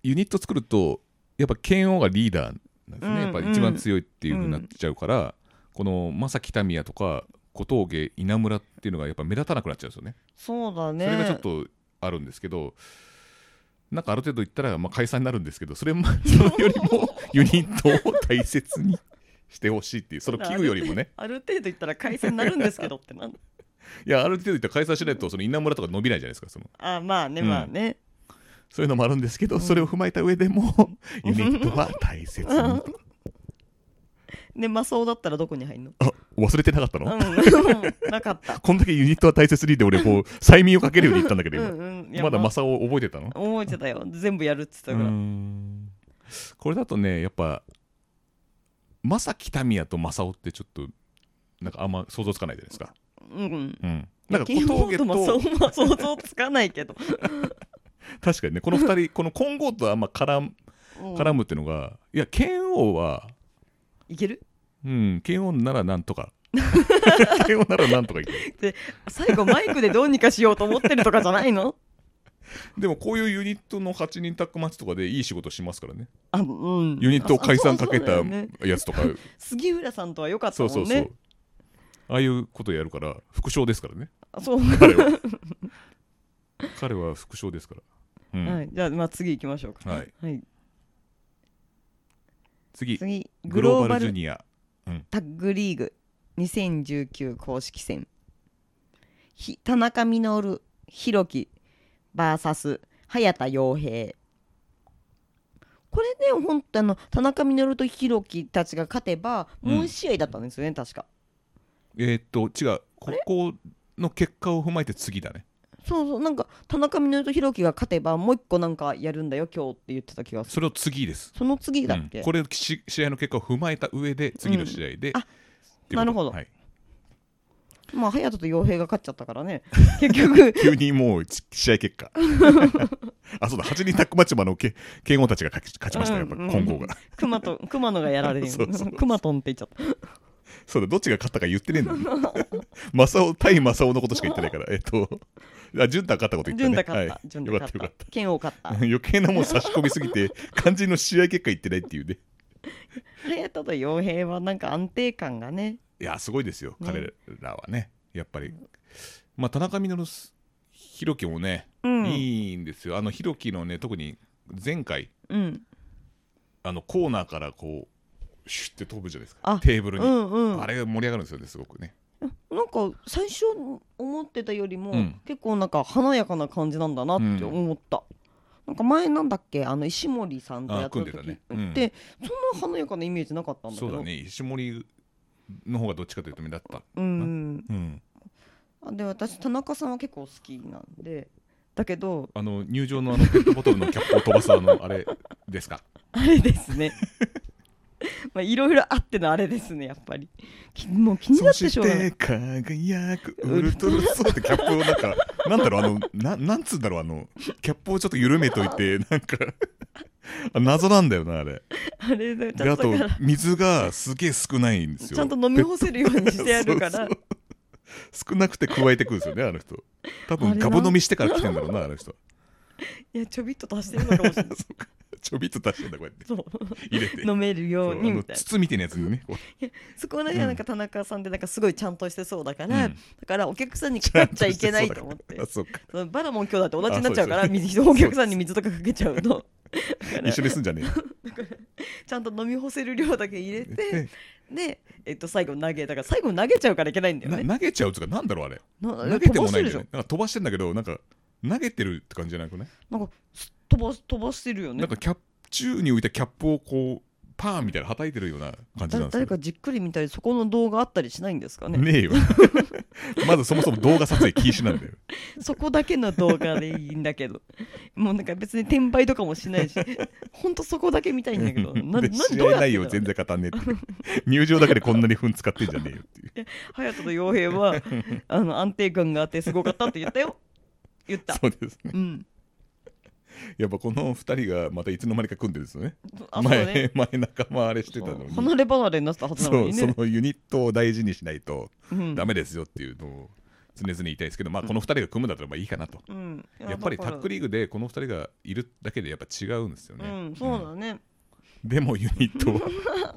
[SPEAKER 1] ユニット作るとやっぱ剣王がリーダーなんですね、
[SPEAKER 2] うん
[SPEAKER 1] やっぱ一番強いっていうふうになっちゃうから、この正木民也とか小峠稲村っていうのがやっぱ目立たなくなっちゃうんですよね
[SPEAKER 2] そうだね
[SPEAKER 1] それがちょっとあるんですけどなんかある程度言ったらまあ解散になるんですけどそ れもそれよりもユニットを大切にしてほしいっていうその器具よりもね
[SPEAKER 2] ある程度言ったら解散になるんですけどっ てなん
[SPEAKER 1] いやある程度言ったら解散しないとその稲村とか伸びないじゃないですかその
[SPEAKER 2] あまあね
[SPEAKER 1] うん
[SPEAKER 2] まあね、
[SPEAKER 1] そういうのもあるんですけど、
[SPEAKER 2] うん
[SPEAKER 1] それを踏まえた上でもユニットは大切にと
[SPEAKER 2] でマサオだったらどこに入んの
[SPEAKER 1] あ忘れてなかったの、
[SPEAKER 2] うんなかった
[SPEAKER 1] こんだけユニットは大切にって俺こう催眠をかけるように言ったんだけ
[SPEAKER 2] う
[SPEAKER 1] ど今、
[SPEAKER 2] んうんいや
[SPEAKER 1] まだ
[SPEAKER 2] ま
[SPEAKER 1] マサオ覚えてたの
[SPEAKER 2] 覚えてたよ全部やるっつってたか
[SPEAKER 1] う
[SPEAKER 2] ら
[SPEAKER 1] んこれだとねやっぱ正木民也と正雄ってちょっとなんかあんま想像つかないじゃないですか、
[SPEAKER 2] うんうん
[SPEAKER 1] うん、なんか
[SPEAKER 2] 金
[SPEAKER 1] 小
[SPEAKER 2] 剛
[SPEAKER 1] 峠
[SPEAKER 2] とマサオ
[SPEAKER 1] と
[SPEAKER 2] は想像つかない けど
[SPEAKER 1] 確かにねこの2人この 金剛とあんま絡む
[SPEAKER 2] うん
[SPEAKER 1] 絡むっていうのがいや剣王はい
[SPEAKER 2] ける
[SPEAKER 1] うん剣王ならなんと か剣王ならなんとかいける
[SPEAKER 2] 最後マイクでどうにかしようと思ってるとかじゃな いの
[SPEAKER 1] でもこういうユニットの8人タッグマッチとかでいい仕事しますからね
[SPEAKER 2] あうん
[SPEAKER 1] ユニットを解散かけ
[SPEAKER 2] あ
[SPEAKER 1] た
[SPEAKER 2] そうだよね
[SPEAKER 1] やつとか
[SPEAKER 2] 杉浦さんとは良かった
[SPEAKER 1] そ
[SPEAKER 2] も
[SPEAKER 1] うん
[SPEAKER 2] ね
[SPEAKER 1] そうそうああいうことやるから副賞ですからね
[SPEAKER 2] あそう
[SPEAKER 1] 彼は 彼は副将ですから、うん
[SPEAKER 2] はい、じゃあまあ次行きましょうか
[SPEAKER 1] はい、
[SPEAKER 2] はい、
[SPEAKER 1] 次
[SPEAKER 2] 次グ
[SPEAKER 1] グロ
[SPEAKER 2] ロー
[SPEAKER 1] ーバ
[SPEAKER 2] バ
[SPEAKER 1] ルジュ
[SPEAKER 2] ル
[SPEAKER 1] ニア
[SPEAKER 2] タッグリーグ2019公式戦ひ田中稔弘樹 VS 早田洋平これね本当あの田中稔と弘樹たちが勝てば
[SPEAKER 1] うん
[SPEAKER 2] もう1試合だったんですよね、確か
[SPEAKER 1] えーっと違うここの結果を踏まえて次だね
[SPEAKER 2] そうそうなんか田中みのると弘樹が勝てばもう一個なんかやるんだよ今日って言ってた気がする
[SPEAKER 1] それを次です、
[SPEAKER 2] その次だっけ、
[SPEAKER 1] うんこれし試合の結果を踏まえた上で次の試合で、
[SPEAKER 2] んあ
[SPEAKER 1] っていうこと
[SPEAKER 2] なるほど
[SPEAKER 1] はい、
[SPEAKER 2] まあ隼人と傭兵が勝っちゃったか らね結局
[SPEAKER 1] 急にもうち試合結 果あそうだ8人タッグマッチもあのけ慶応たちが勝ち勝ちましたよやっ
[SPEAKER 2] うんう
[SPEAKER 1] ぱ
[SPEAKER 2] ん
[SPEAKER 1] 混合が
[SPEAKER 2] 熊と熊野がやられる よ
[SPEAKER 1] そうそうそう
[SPEAKER 2] クマトンって言っちゃった
[SPEAKER 1] そうだどっちが勝ったか言ってねえんだ よ正雄対正雄のことしか言ってないからえっとあ潤太が勝ったこと言ったね
[SPEAKER 2] 潤太勝った
[SPEAKER 1] はい
[SPEAKER 2] 潤太
[SPEAKER 1] よかった
[SPEAKER 2] 勝
[SPEAKER 1] よか
[SPEAKER 2] っ
[SPEAKER 1] った
[SPEAKER 2] た剣を勝っ た
[SPEAKER 1] 余計なもん差し込みすぎ て肝心の試合結果言ってないっていうね
[SPEAKER 2] 隼人と傭兵はなんか安定感がね
[SPEAKER 1] いやすごいですよ、
[SPEAKER 2] ね
[SPEAKER 1] 彼らはねやっぱりまあ田中稔弘樹もね、
[SPEAKER 2] うん
[SPEAKER 1] いいんですよあの弘樹のね特に前回
[SPEAKER 2] うん
[SPEAKER 1] あのコーナーからこうシュッて飛ぶじゃないですか
[SPEAKER 2] あ
[SPEAKER 1] テーブル
[SPEAKER 2] う
[SPEAKER 1] に、
[SPEAKER 2] んうん
[SPEAKER 1] あれが盛り上がるんですよねすごくね
[SPEAKER 2] なんか最初思ってたよりも、
[SPEAKER 1] うん
[SPEAKER 2] 結構なんか華やかな感じなんだなって思った、なんか前なんだっけあの石森さんとやった
[SPEAKER 1] あ
[SPEAKER 2] 時
[SPEAKER 1] 組んでた
[SPEAKER 2] っ
[SPEAKER 1] ね
[SPEAKER 2] て、
[SPEAKER 1] うん
[SPEAKER 2] そんな華やかなイメージなかったんだけ
[SPEAKER 1] そ
[SPEAKER 2] ど
[SPEAKER 1] うだね石森の方がどっちかというと目立った、
[SPEAKER 2] うん
[SPEAKER 1] うん、
[SPEAKER 2] あで私田中さんは結構好きなんでだけ ど
[SPEAKER 1] あの入場のあのペットボトルのキャップを飛ばすあのあれですか
[SPEAKER 2] あれですね まあいろいろあってのあれですねやっぱりきもう気にな
[SPEAKER 1] そ
[SPEAKER 2] っ
[SPEAKER 1] し
[SPEAKER 2] てしょうがない
[SPEAKER 1] て輝くウルトラソウルってキャップをなんかなんだろうあのななんつうんだろうあのキャップをちょっと緩めといてなんかあ謎なんだよなあれ
[SPEAKER 2] あれだ
[SPEAKER 1] であと
[SPEAKER 2] だから
[SPEAKER 1] 水がすげえ少ないんですよ
[SPEAKER 2] ちゃんと飲み干せるようにしてやる か
[SPEAKER 1] そう
[SPEAKER 2] ら
[SPEAKER 1] そう少なくて加えてくるんですよねあの人多
[SPEAKER 2] あ
[SPEAKER 1] 分
[SPEAKER 2] れ
[SPEAKER 1] ガ
[SPEAKER 2] な
[SPEAKER 1] ブ飲みしてから来てんだろうなあの人
[SPEAKER 2] いやちょびっと足してるのかもしれない
[SPEAKER 1] ちょびっと足してんだこうやって
[SPEAKER 2] そう
[SPEAKER 1] 入れて
[SPEAKER 2] 飲める
[SPEAKER 1] そ
[SPEAKER 2] よ
[SPEAKER 1] うう
[SPEAKER 2] に
[SPEAKER 1] あ
[SPEAKER 2] み
[SPEAKER 1] の
[SPEAKER 2] たいな
[SPEAKER 1] 筒みたいなやつに ねこう
[SPEAKER 2] そこら辺はなんか田中さんでなんかすごいちゃんとしてそうだから、
[SPEAKER 1] うん
[SPEAKER 2] だからお客さんにかかっちゃいけないと思 っ
[SPEAKER 1] あ
[SPEAKER 2] て
[SPEAKER 1] そうか
[SPEAKER 2] そのバラモン今日だって同じになっちゃうから
[SPEAKER 1] あそう
[SPEAKER 2] 水お客さんに水とかかけちゃ うとだから
[SPEAKER 1] 一緒にすんじゃね
[SPEAKER 2] ちゃんと飲み干せる量だけ入れて
[SPEAKER 1] え
[SPEAKER 2] で、えっと、最後投げだから最後投げちゃうからいけないんだよね
[SPEAKER 1] な投げちゃうっつうかなんだろうあれ
[SPEAKER 2] な
[SPEAKER 1] 投げてもないんだ
[SPEAKER 2] 飛ばしてるじゃ
[SPEAKER 1] よねなんか飛ばしてんだけどなんか投げてるって感じじゃなくない
[SPEAKER 2] んなんかす飛ばす飛ばしてるよね
[SPEAKER 1] なんかキャップ宙に浮いたキャップをこうパーンみたいな叩いてるような感じな
[SPEAKER 2] だ
[SPEAKER 1] んです
[SPEAKER 2] 誰
[SPEAKER 1] よ
[SPEAKER 2] かじっくり見たりそこの動画あったりしないんですかね
[SPEAKER 1] ねえよまずそもそも動画撮影禁止なんだよ
[SPEAKER 2] そこだけの動画でいいんだけど もうなんか別に転売とかもしないし ほんとそこだけ見たいんだ けどなな
[SPEAKER 1] で試
[SPEAKER 2] ど
[SPEAKER 1] 合
[SPEAKER 2] うやって
[SPEAKER 1] 内容全然語んねえって入場だけでこんなに分使ってんじゃねえよって いう
[SPEAKER 2] 隼人と傭 兵はあの安定感があってすごかったって言ったよ言った
[SPEAKER 1] そうですね
[SPEAKER 2] うん
[SPEAKER 1] やっぱこの2人がまたいつの間にか組んでるんですよね
[SPEAKER 2] あそう
[SPEAKER 1] 前
[SPEAKER 2] ね
[SPEAKER 1] 前仲間あれしてたの
[SPEAKER 2] そう
[SPEAKER 1] に
[SPEAKER 2] 離れ離れになったはずなの
[SPEAKER 1] そ
[SPEAKER 2] に
[SPEAKER 1] う
[SPEAKER 2] ね
[SPEAKER 1] そのユニットを大事にしないと
[SPEAKER 2] うん
[SPEAKER 1] ダメですよっていうのを常々言いたいですけど、まあ、この2人が組むんだったらまあいいかなと、
[SPEAKER 2] うんい
[SPEAKER 1] やっぱりタック
[SPEAKER 2] リ
[SPEAKER 1] リーグでこの2人がいるだけでやっぱ違うんですよね、
[SPEAKER 2] うんそうだね
[SPEAKER 1] うんでもユニッ トは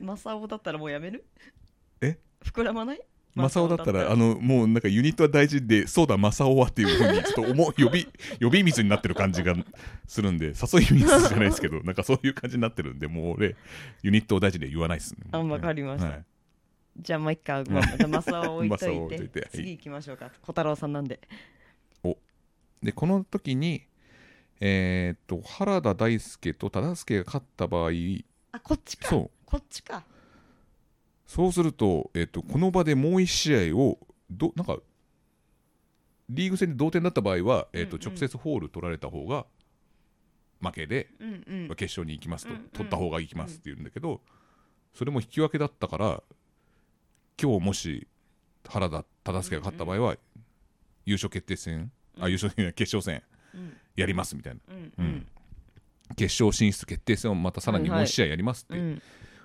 [SPEAKER 2] まマサオだったらもうやめる
[SPEAKER 1] え
[SPEAKER 2] 膨らまない
[SPEAKER 1] 正雄だったらあのもうなんかユニットは大事でそうだ正雄はっていうふうにちょっと思う呼び 呼び水になってる感じがするんで誘い水じゃないです けどなんかそういう感じになってるんでもう俺ユニットを大事で言わないですね
[SPEAKER 2] あわかりました
[SPEAKER 1] はい
[SPEAKER 2] じゃあもう一回ごめん じゃあマサオ置いと
[SPEAKER 1] マサオ
[SPEAKER 2] い
[SPEAKER 1] 置い
[SPEAKER 2] て
[SPEAKER 1] といてはい
[SPEAKER 2] 次行きましょうか小太郎さんなんで
[SPEAKER 1] でこの時にえーっと原田大輔と忠介が勝った場合
[SPEAKER 2] あこっちか
[SPEAKER 1] そう
[SPEAKER 2] こっちか
[SPEAKER 1] そうすると,、えっと、この場でもう1試合をど、なんか、リーグ戦で同点だった場合は、えっと
[SPEAKER 2] うんうん
[SPEAKER 1] 直接ホール取られた方が負けで、
[SPEAKER 2] うんうん
[SPEAKER 1] 決勝に行きますと、
[SPEAKER 2] うんうん
[SPEAKER 1] 取った方が行きますって言うんだけど、それも引き分けだったから、今日もし原田忠介が勝った場合は、優勝決定戦、あ優勝じゃない決勝戦
[SPEAKER 2] うん
[SPEAKER 1] やりますみたいな、
[SPEAKER 2] うん
[SPEAKER 1] うん決勝進出決定戦をまたさらにもう1試合やりますって
[SPEAKER 2] うん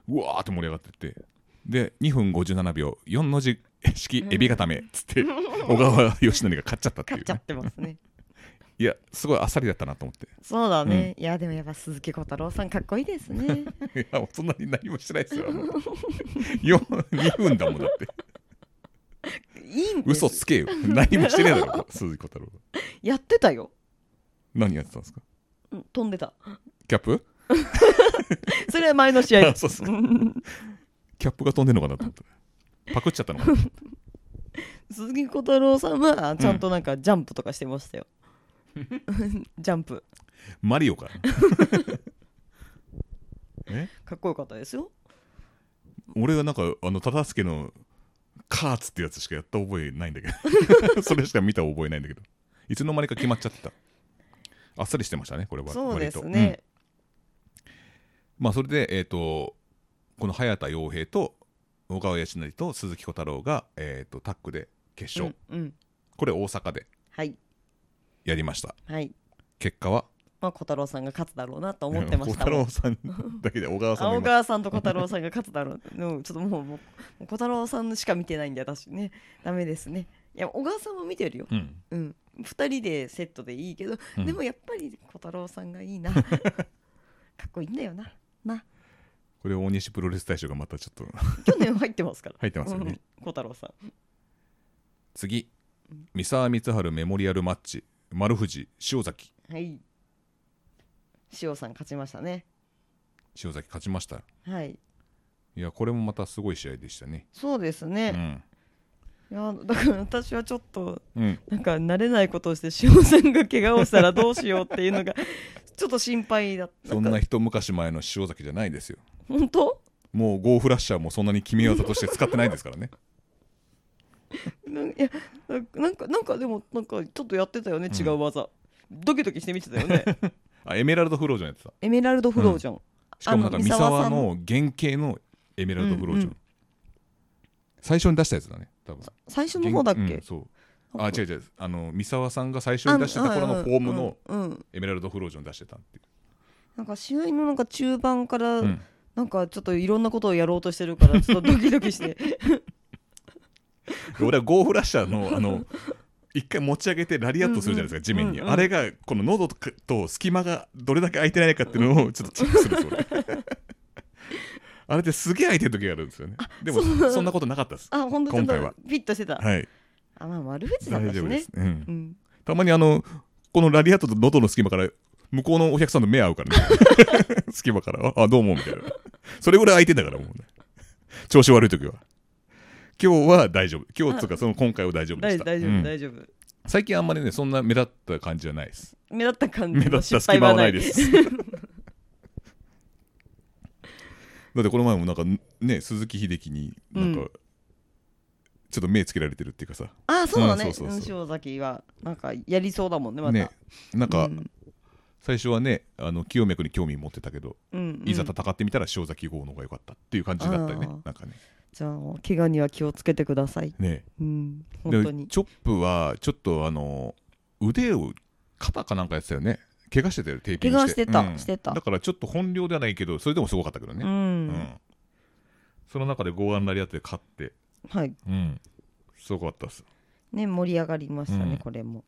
[SPEAKER 2] うん
[SPEAKER 1] うわーって盛り上がってってで2分57秒4の字式エビ固めっつって小川義則が勝っちゃったってい
[SPEAKER 2] 勝っ
[SPEAKER 1] う
[SPEAKER 2] ちゃ
[SPEAKER 1] ね、
[SPEAKER 2] ってますね
[SPEAKER 1] いやすごいあっさりだったなと思っ
[SPEAKER 2] そうだね、いやでもやっぱ鈴木小太郎さんかっこいいですね
[SPEAKER 1] ていやもうそんなに何もしてないですよ2分だもんだって
[SPEAKER 2] いいんです
[SPEAKER 1] 嘘つけよ何もしてねえだろ鈴木小太郎
[SPEAKER 2] やってたよ、
[SPEAKER 1] 何やってたんですか
[SPEAKER 2] うん、飛んでた
[SPEAKER 1] キャップ
[SPEAKER 2] それは前の試合で
[SPEAKER 1] あ
[SPEAKER 2] す
[SPEAKER 1] そうっすか
[SPEAKER 2] うん
[SPEAKER 1] キャップが飛んでんのかなと思ったパクっちゃったのかな
[SPEAKER 2] 鈴木小太郎さんはちゃんとなんかジャンプとかしてまし たよ、ジャンプ
[SPEAKER 1] マリオ かえ
[SPEAKER 2] かっこよかったですよ
[SPEAKER 1] 俺がなんかあの忠助のカーツってやつしかやった覚えないんだけど それしか見た覚えないんだけどいつの間にか決まっちゃってたあっさりしてましたねこれは
[SPEAKER 2] そうです
[SPEAKER 1] 割とうん
[SPEAKER 2] ね、
[SPEAKER 1] まあそれでえっ、とこの早田洋平と小川康成と鈴木小太郎が、えー、とタッグで決
[SPEAKER 2] う
[SPEAKER 1] 勝、
[SPEAKER 2] んうん
[SPEAKER 1] これ大阪で
[SPEAKER 2] はい
[SPEAKER 1] やりました
[SPEAKER 2] はい
[SPEAKER 1] 結果は
[SPEAKER 2] まあ小太郎さんが勝つだろうなと思ってまし
[SPEAKER 1] 小
[SPEAKER 2] た
[SPEAKER 1] 太
[SPEAKER 2] もん
[SPEAKER 1] 郎さんだけで小川さんもい
[SPEAKER 2] 青
[SPEAKER 1] ます
[SPEAKER 2] 川さんと小太郎さんが勝つだろううんちょっともうもうもう小太郎さんしか見てないんで私ねダメですねいや小川さんも見てるよ
[SPEAKER 1] うん
[SPEAKER 2] うん2人でセットでいいけど、
[SPEAKER 1] うん
[SPEAKER 2] でもやっぱり小太郎さん がいいなかっこいいんだよなな
[SPEAKER 1] これ大西プロレス大賞がまたちょっと
[SPEAKER 2] 去年入ってますから
[SPEAKER 1] 入ってますよね、
[SPEAKER 2] うん小太郎さん
[SPEAKER 1] 次三沢光晴メモリアルマッチ丸藤塩崎
[SPEAKER 2] はい塩さん勝ちましたね
[SPEAKER 1] 塩崎勝ちました
[SPEAKER 2] はい
[SPEAKER 1] いやこれもまたすごい試合でしたね
[SPEAKER 2] そうです
[SPEAKER 1] う
[SPEAKER 2] ね、
[SPEAKER 1] ん、
[SPEAKER 2] いやだから私はちょっと
[SPEAKER 1] うん、
[SPEAKER 2] なんか慣れないことをして塩さんが怪我をしたらどうしようっていうのが ちょっと心配だった
[SPEAKER 1] そんな一昔前の塩崎じゃないですよ
[SPEAKER 2] 本当
[SPEAKER 1] もうゴーフラッシャーもそんなに決め技として使ってないですから ね
[SPEAKER 2] なんいやなんかなんかでもなんかちょっとやってたよね、違う技ドキドキして見てた よね
[SPEAKER 1] あエメラルドフロージョンやってた
[SPEAKER 2] エメラルドフロージョン、
[SPEAKER 1] しかもなん
[SPEAKER 2] あ
[SPEAKER 1] か
[SPEAKER 2] の
[SPEAKER 1] 三
[SPEAKER 2] 三沢
[SPEAKER 1] 沢
[SPEAKER 2] さん
[SPEAKER 1] の原型のエメラルドフロージョン、
[SPEAKER 2] うんうん
[SPEAKER 1] 最初に出したやつだね多分
[SPEAKER 2] 最初の方だっけ、
[SPEAKER 1] うんそうあ違う違うあの三沢さんが最初に出してた頃のフォームの
[SPEAKER 2] うんうんうん
[SPEAKER 1] エメラルドフロージョン出してたってい
[SPEAKER 2] なんか試合のなんか中盤から、
[SPEAKER 1] う、うん
[SPEAKER 2] なんかちょっといろんなことをやろうとしてる からちょっとドキドキして
[SPEAKER 1] 俺はゴーフラッシャーのあの一回持ち上げてラリアットするじゃないですか、地面に、
[SPEAKER 2] うんうん
[SPEAKER 1] あれがこの喉とかと隙間がどれだけ空いてないかっていうのをちょっとチェックするんです俺あれってすげえ空いてる時があるんですよねでも
[SPEAKER 2] そう
[SPEAKER 1] そんなことなかったです
[SPEAKER 2] あ本当ちょっ
[SPEAKER 1] 今回は
[SPEAKER 2] とピッとしてた、
[SPEAKER 1] はい
[SPEAKER 2] あまあ丸藤さん
[SPEAKER 1] 大
[SPEAKER 2] だし
[SPEAKER 1] 丈夫で
[SPEAKER 2] ね
[SPEAKER 1] す、うん
[SPEAKER 2] う、ん、
[SPEAKER 1] たまにあのこのラリアットと喉の隙間から向こうのお客さんと目合うからね 隙間からあどうもみたいなそれぐらい空いてんだからもうね調子悪い時は今日は大丈夫今日つうかその今回は大丈夫で
[SPEAKER 2] 大
[SPEAKER 1] した
[SPEAKER 2] 大丈
[SPEAKER 1] うん
[SPEAKER 2] 夫大丈夫、
[SPEAKER 1] 最近あんまりねそんな目立った感じじゃないです
[SPEAKER 2] 目立った感
[SPEAKER 1] 目立
[SPEAKER 2] じの
[SPEAKER 1] った
[SPEAKER 2] 失
[SPEAKER 1] 隙
[SPEAKER 2] 敗
[SPEAKER 1] 間
[SPEAKER 2] は
[SPEAKER 1] は
[SPEAKER 2] な
[SPEAKER 1] ない
[SPEAKER 2] い
[SPEAKER 1] で
[SPEAKER 2] です
[SPEAKER 1] す だってこの前もなんかね鈴木秀樹になんか、
[SPEAKER 2] う
[SPEAKER 1] ちょっと目つけられてるっていうかさ
[SPEAKER 2] ああそうだね、
[SPEAKER 1] う
[SPEAKER 2] うんん、
[SPEAKER 1] そうそうそう
[SPEAKER 2] 塩崎はなんかやりそうだもんねまた
[SPEAKER 1] ねなんか
[SPEAKER 2] うん
[SPEAKER 1] 最初はねあの清脈に興味持ってたけど、
[SPEAKER 2] うんうん
[SPEAKER 1] いざ戦ってみたら塩崎豪の方が良かったっていう感じだったよね
[SPEAKER 2] あー
[SPEAKER 1] なんかね
[SPEAKER 2] じゃあ怪我には気をつけてください
[SPEAKER 1] ね
[SPEAKER 2] うん
[SPEAKER 1] で
[SPEAKER 2] 本当に
[SPEAKER 1] チョップはちょっとあの腕を肩かなんかやってたよね怪我してたよテーピングして
[SPEAKER 2] 怪我してた
[SPEAKER 1] うん
[SPEAKER 2] してた
[SPEAKER 1] だからちょっと本領ではないけどそれでもすごかったけどね
[SPEAKER 2] う、
[SPEAKER 1] うん
[SPEAKER 2] ん
[SPEAKER 1] その中で剛腕ラリアットで勝って
[SPEAKER 2] はい
[SPEAKER 1] うん、すごかったです。
[SPEAKER 2] ね盛り上がりました
[SPEAKER 1] うん
[SPEAKER 2] ねこれも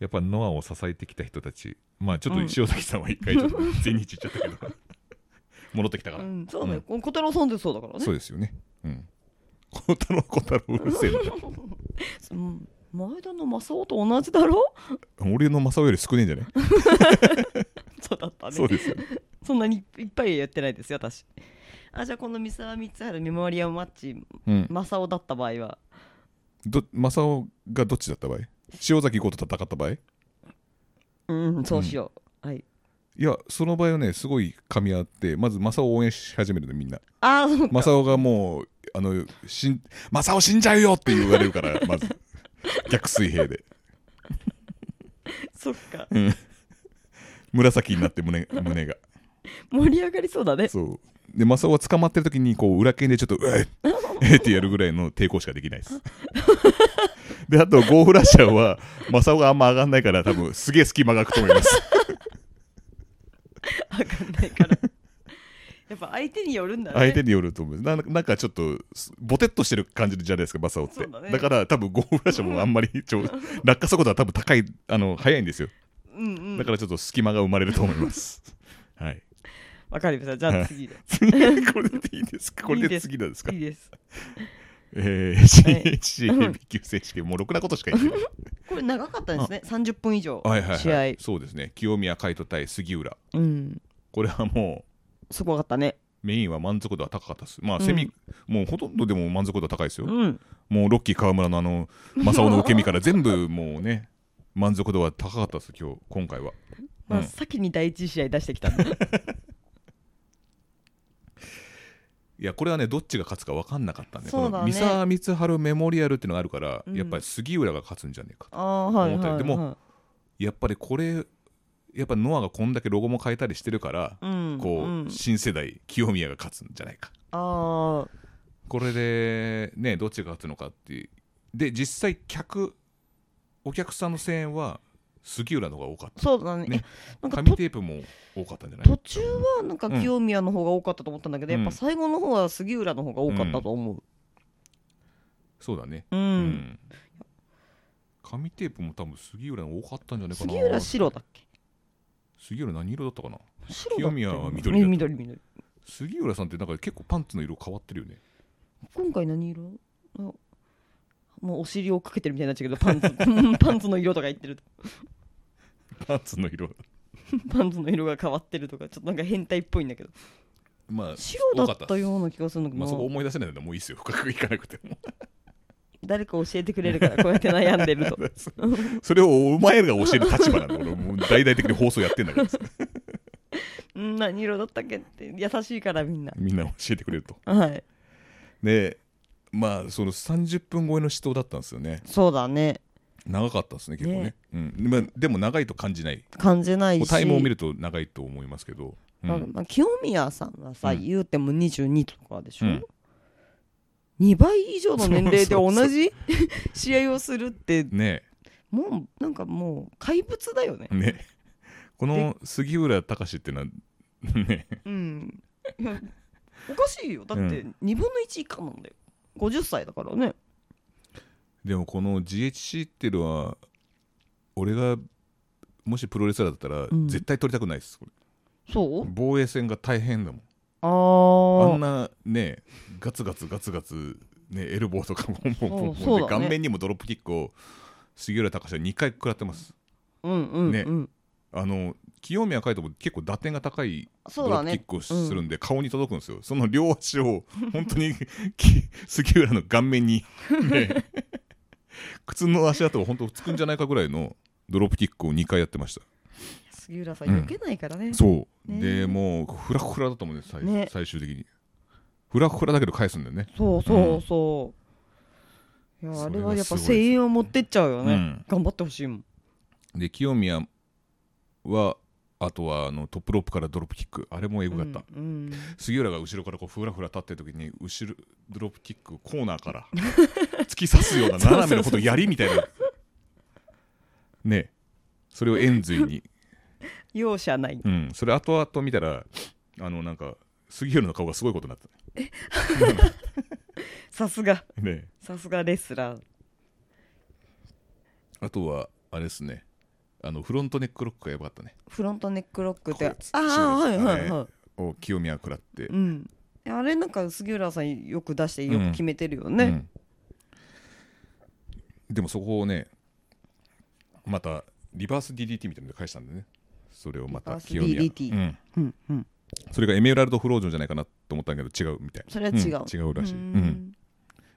[SPEAKER 1] やっぱノアを支えてきた人たち、まあちょっと塩崎さんは一回 ちょっと全日行っちゃったけど、戻ってきたか
[SPEAKER 2] う
[SPEAKER 1] ら、
[SPEAKER 2] んそうだよ小太郎さんってそうだからね
[SPEAKER 1] そうですよね。うん。小太郎、小太郎、うるせえな。
[SPEAKER 2] うん 前田の正雄と同じだろ
[SPEAKER 1] 俺の正雄より少ねえんじゃない
[SPEAKER 2] そうだったね
[SPEAKER 1] そうですよね。
[SPEAKER 2] そんなにいっぱいやってないですよ私あじゃあこの三沢光晴メモリアルマッチ
[SPEAKER 1] うん。
[SPEAKER 2] 正雄だった場合は
[SPEAKER 1] ど正雄がどっちだった場合塩崎豪と戦った場合い
[SPEAKER 2] うんそうしよう、はい
[SPEAKER 1] や、その場合はね、すごい噛み合って、まず正雄を応援し始めるの、みんな。
[SPEAKER 2] ああそうか
[SPEAKER 1] 正雄がもう、あの、しん正雄死んじゃうよって言われる から、まず。逆水平で。
[SPEAKER 2] そっか
[SPEAKER 1] 紫になって胸胸が。
[SPEAKER 2] 盛り上がりそうだね
[SPEAKER 1] そうで正雄は捕まってる時にこう裏剣でちょっと「うえっ!」えっってやるぐらいの抵抗しかできないです であとゴーフラッシャーは正雄があんま上がんないから多分すげえ隙間が空くと思います
[SPEAKER 2] わかんないから やっぱ相手によるんだね
[SPEAKER 1] 相手によると思うななんかちょっとボテっとしてる感じじゃないですか正雄って
[SPEAKER 2] そうだ
[SPEAKER 1] だ,、
[SPEAKER 2] ね
[SPEAKER 1] から多分ゴーフラッシャーもあんまりちょ落下速度は多分高いあの速いんですよ
[SPEAKER 2] うんうん
[SPEAKER 1] だからちょっと隙間が生まれると思い ます、はい
[SPEAKER 2] わかりましたじゃあ次で
[SPEAKER 1] 次これでいいですかこれ
[SPEAKER 2] いい
[SPEAKER 1] で
[SPEAKER 2] です
[SPEAKER 1] 次なんですか
[SPEAKER 2] いいです
[SPEAKER 1] えー、CHC ヘビー級選手権もうろくなことしか言ってない
[SPEAKER 2] これ長かったですね30分以上
[SPEAKER 1] はいはいはい、
[SPEAKER 2] 試合
[SPEAKER 1] そうですね清宮海斗対杉浦
[SPEAKER 2] うん
[SPEAKER 1] これはも
[SPEAKER 2] すごかったね
[SPEAKER 1] うメインは満足度は高かったですまあ
[SPEAKER 2] うん
[SPEAKER 1] セミ、もうほとんどでも満足度は高いですよ、
[SPEAKER 2] うん
[SPEAKER 1] もうロッキー川村のあ の正雄の受け身から全部もうね満足度は高かったです今日今回は
[SPEAKER 2] ま
[SPEAKER 1] う
[SPEAKER 2] あ
[SPEAKER 1] ん
[SPEAKER 2] 先に第一試合出してきたんだ
[SPEAKER 1] いやこれはねどっちが勝つか分かんなかったんで、
[SPEAKER 2] そ
[SPEAKER 1] こ
[SPEAKER 2] うだ
[SPEAKER 1] の
[SPEAKER 2] ね
[SPEAKER 1] 三沢光晴メモリアルっていうのがあるから、
[SPEAKER 2] うん
[SPEAKER 1] やっぱり杉浦が勝つんじゃねえかと
[SPEAKER 2] あーはい
[SPEAKER 1] 思っ
[SPEAKER 2] は
[SPEAKER 1] た
[SPEAKER 2] い、
[SPEAKER 1] よ
[SPEAKER 2] は
[SPEAKER 1] で
[SPEAKER 2] い、
[SPEAKER 1] もやっぱりこれやっぱノアがこんだけロゴも変えたりしてるから、
[SPEAKER 2] うん、
[SPEAKER 1] こう、
[SPEAKER 2] うん、
[SPEAKER 1] 新世代清宮が勝つんじゃないか
[SPEAKER 2] ああ
[SPEAKER 1] これでねどっちが勝つのかっていうで実際客お客さんの声援は杉浦の方が多かっ
[SPEAKER 2] そうだね
[SPEAKER 1] ね
[SPEAKER 2] いや
[SPEAKER 1] た
[SPEAKER 2] なんか
[SPEAKER 1] 紙
[SPEAKER 2] と
[SPEAKER 1] テープも多かったんじゃない
[SPEAKER 2] 途中はなんか清宮の方が多かったと思ったんだけど、
[SPEAKER 1] うん
[SPEAKER 2] やっぱ最後の方は杉浦の方が多かったと思
[SPEAKER 1] そうだね
[SPEAKER 2] ううん、
[SPEAKER 1] う紙テープも多分杉浦の多かったんじゃないかな
[SPEAKER 2] 杉浦白だっけ
[SPEAKER 1] 杉浦何色だったかな
[SPEAKER 2] 白だっけ
[SPEAKER 1] 清宮は緑だった
[SPEAKER 2] み緑緑
[SPEAKER 1] 杉浦さんってなんか結構パンツの色変わってるよね
[SPEAKER 2] 今回何色あもうお尻をかけてるみたいになっちゃうけどパンツ パンツの色とか言ってると
[SPEAKER 1] パンツの色
[SPEAKER 2] パンツの色が変わってるとかちょっとなんか変態っぽいんだけど
[SPEAKER 1] まあ
[SPEAKER 2] 白だ
[SPEAKER 1] 多か
[SPEAKER 2] っ
[SPEAKER 1] った
[SPEAKER 2] た
[SPEAKER 1] っす
[SPEAKER 2] ような気がするんだけど
[SPEAKER 1] まあ、そ
[SPEAKER 2] な、
[SPEAKER 1] こ思い出せないのでもういいですよ深くいかなくても
[SPEAKER 2] 誰か教えてくれるからこうやって悩んでる と
[SPEAKER 1] それをお前らが教える立場なんだ俺もう大々的に放送やってんだからさ
[SPEAKER 2] うん何色だったっけって優しいからみんな
[SPEAKER 1] みんな教えてくれると
[SPEAKER 2] はい
[SPEAKER 1] でまあその30分超えの死闘だったんですよね
[SPEAKER 2] そうだね
[SPEAKER 1] 長かったですね結構ね
[SPEAKER 2] ね
[SPEAKER 1] うんまあ、でも長いと感じない
[SPEAKER 2] 感じない
[SPEAKER 1] こう
[SPEAKER 2] し
[SPEAKER 1] タイムを見ると長いと思いますけど、うん
[SPEAKER 2] まあまあ、清宮さんはさ、
[SPEAKER 1] うん
[SPEAKER 2] 言うても22とかでしょ、
[SPEAKER 1] うん
[SPEAKER 2] 2倍以上の年齢で
[SPEAKER 1] そうそ
[SPEAKER 2] 同
[SPEAKER 1] うそう
[SPEAKER 2] じ 試合をするって
[SPEAKER 1] ね
[SPEAKER 2] もうなんかもう怪物だよね
[SPEAKER 1] えねこの杉浦隆っていうのはね
[SPEAKER 2] うんいやおかしいよだって2分の1以下なんだよ50歳だからね
[SPEAKER 1] でもこの GHC っていうのは俺がもしプロレスラーだったら
[SPEAKER 2] ん
[SPEAKER 1] 絶対取りたくないです、これ
[SPEAKER 2] そう
[SPEAKER 1] 防衛戦が大変だもん
[SPEAKER 2] あ
[SPEAKER 1] あ
[SPEAKER 2] ー
[SPEAKER 1] んなねガツガツガツガツ、ね、エルボーとかももうもう
[SPEAKER 2] そうだね
[SPEAKER 1] で顔面にもドロップキックを杉浦隆は2回食らってます
[SPEAKER 2] うんうんうん、
[SPEAKER 1] あの清宮海斗も結構打点が高い
[SPEAKER 2] そ
[SPEAKER 1] ド
[SPEAKER 2] う
[SPEAKER 1] ロッ
[SPEAKER 2] だ
[SPEAKER 1] プキ
[SPEAKER 2] ね
[SPEAKER 1] ックをするんで、顔に届くんですよその両足を本当にき杉浦の顔面に、 ね靴の足跡が本当つくんじゃないかぐらいのドロップキックを2回やってました
[SPEAKER 2] 杉浦さん
[SPEAKER 1] うん
[SPEAKER 2] 避けないからね、
[SPEAKER 1] そう、
[SPEAKER 2] ね
[SPEAKER 1] でもうフラフラだと思うんです最,、
[SPEAKER 2] ね
[SPEAKER 1] 最終的にフラフラだけど返すんだよね
[SPEAKER 2] そうそうそう、いやあれはやっぱ声援を持ってっちゃうよね、
[SPEAKER 1] うん
[SPEAKER 2] 頑張ってほしいもん
[SPEAKER 1] で清宮はあとはあのトップロープからドロップキックあれもエグかった、
[SPEAKER 2] うん
[SPEAKER 1] 杉浦が後ろからこうふらふら立ってる時に後ろドロップキックをコーナーから 突き刺すような斜めのことやりみたいなねそれを円髄に、
[SPEAKER 2] 容赦ない
[SPEAKER 1] うん、それ後々見たらあのなんか杉浦の顔がすごいことになって
[SPEAKER 2] さすが
[SPEAKER 1] たね
[SPEAKER 2] さすがレスラー
[SPEAKER 1] あとはあれですねあのフロントネックロックがやばかったね
[SPEAKER 2] フロントネックロックって
[SPEAKER 1] こいつ
[SPEAKER 2] ああはいはいは
[SPEAKER 1] お清宮食らって
[SPEAKER 2] い、うんあれなんか杉浦さんよく出してよく決めてるよね、
[SPEAKER 1] うんでもそこをねまたリバース DDT みたいなので返したんでねそれをまた
[SPEAKER 2] リバース
[SPEAKER 1] 清宮
[SPEAKER 2] DDT
[SPEAKER 1] うん
[SPEAKER 2] うんうん、
[SPEAKER 1] それがエメラルドフロージョンじゃないかなと思ったんだけど違うみたい
[SPEAKER 2] それは違う、
[SPEAKER 1] うん違うらしい、う
[SPEAKER 2] うん
[SPEAKER 1] ん、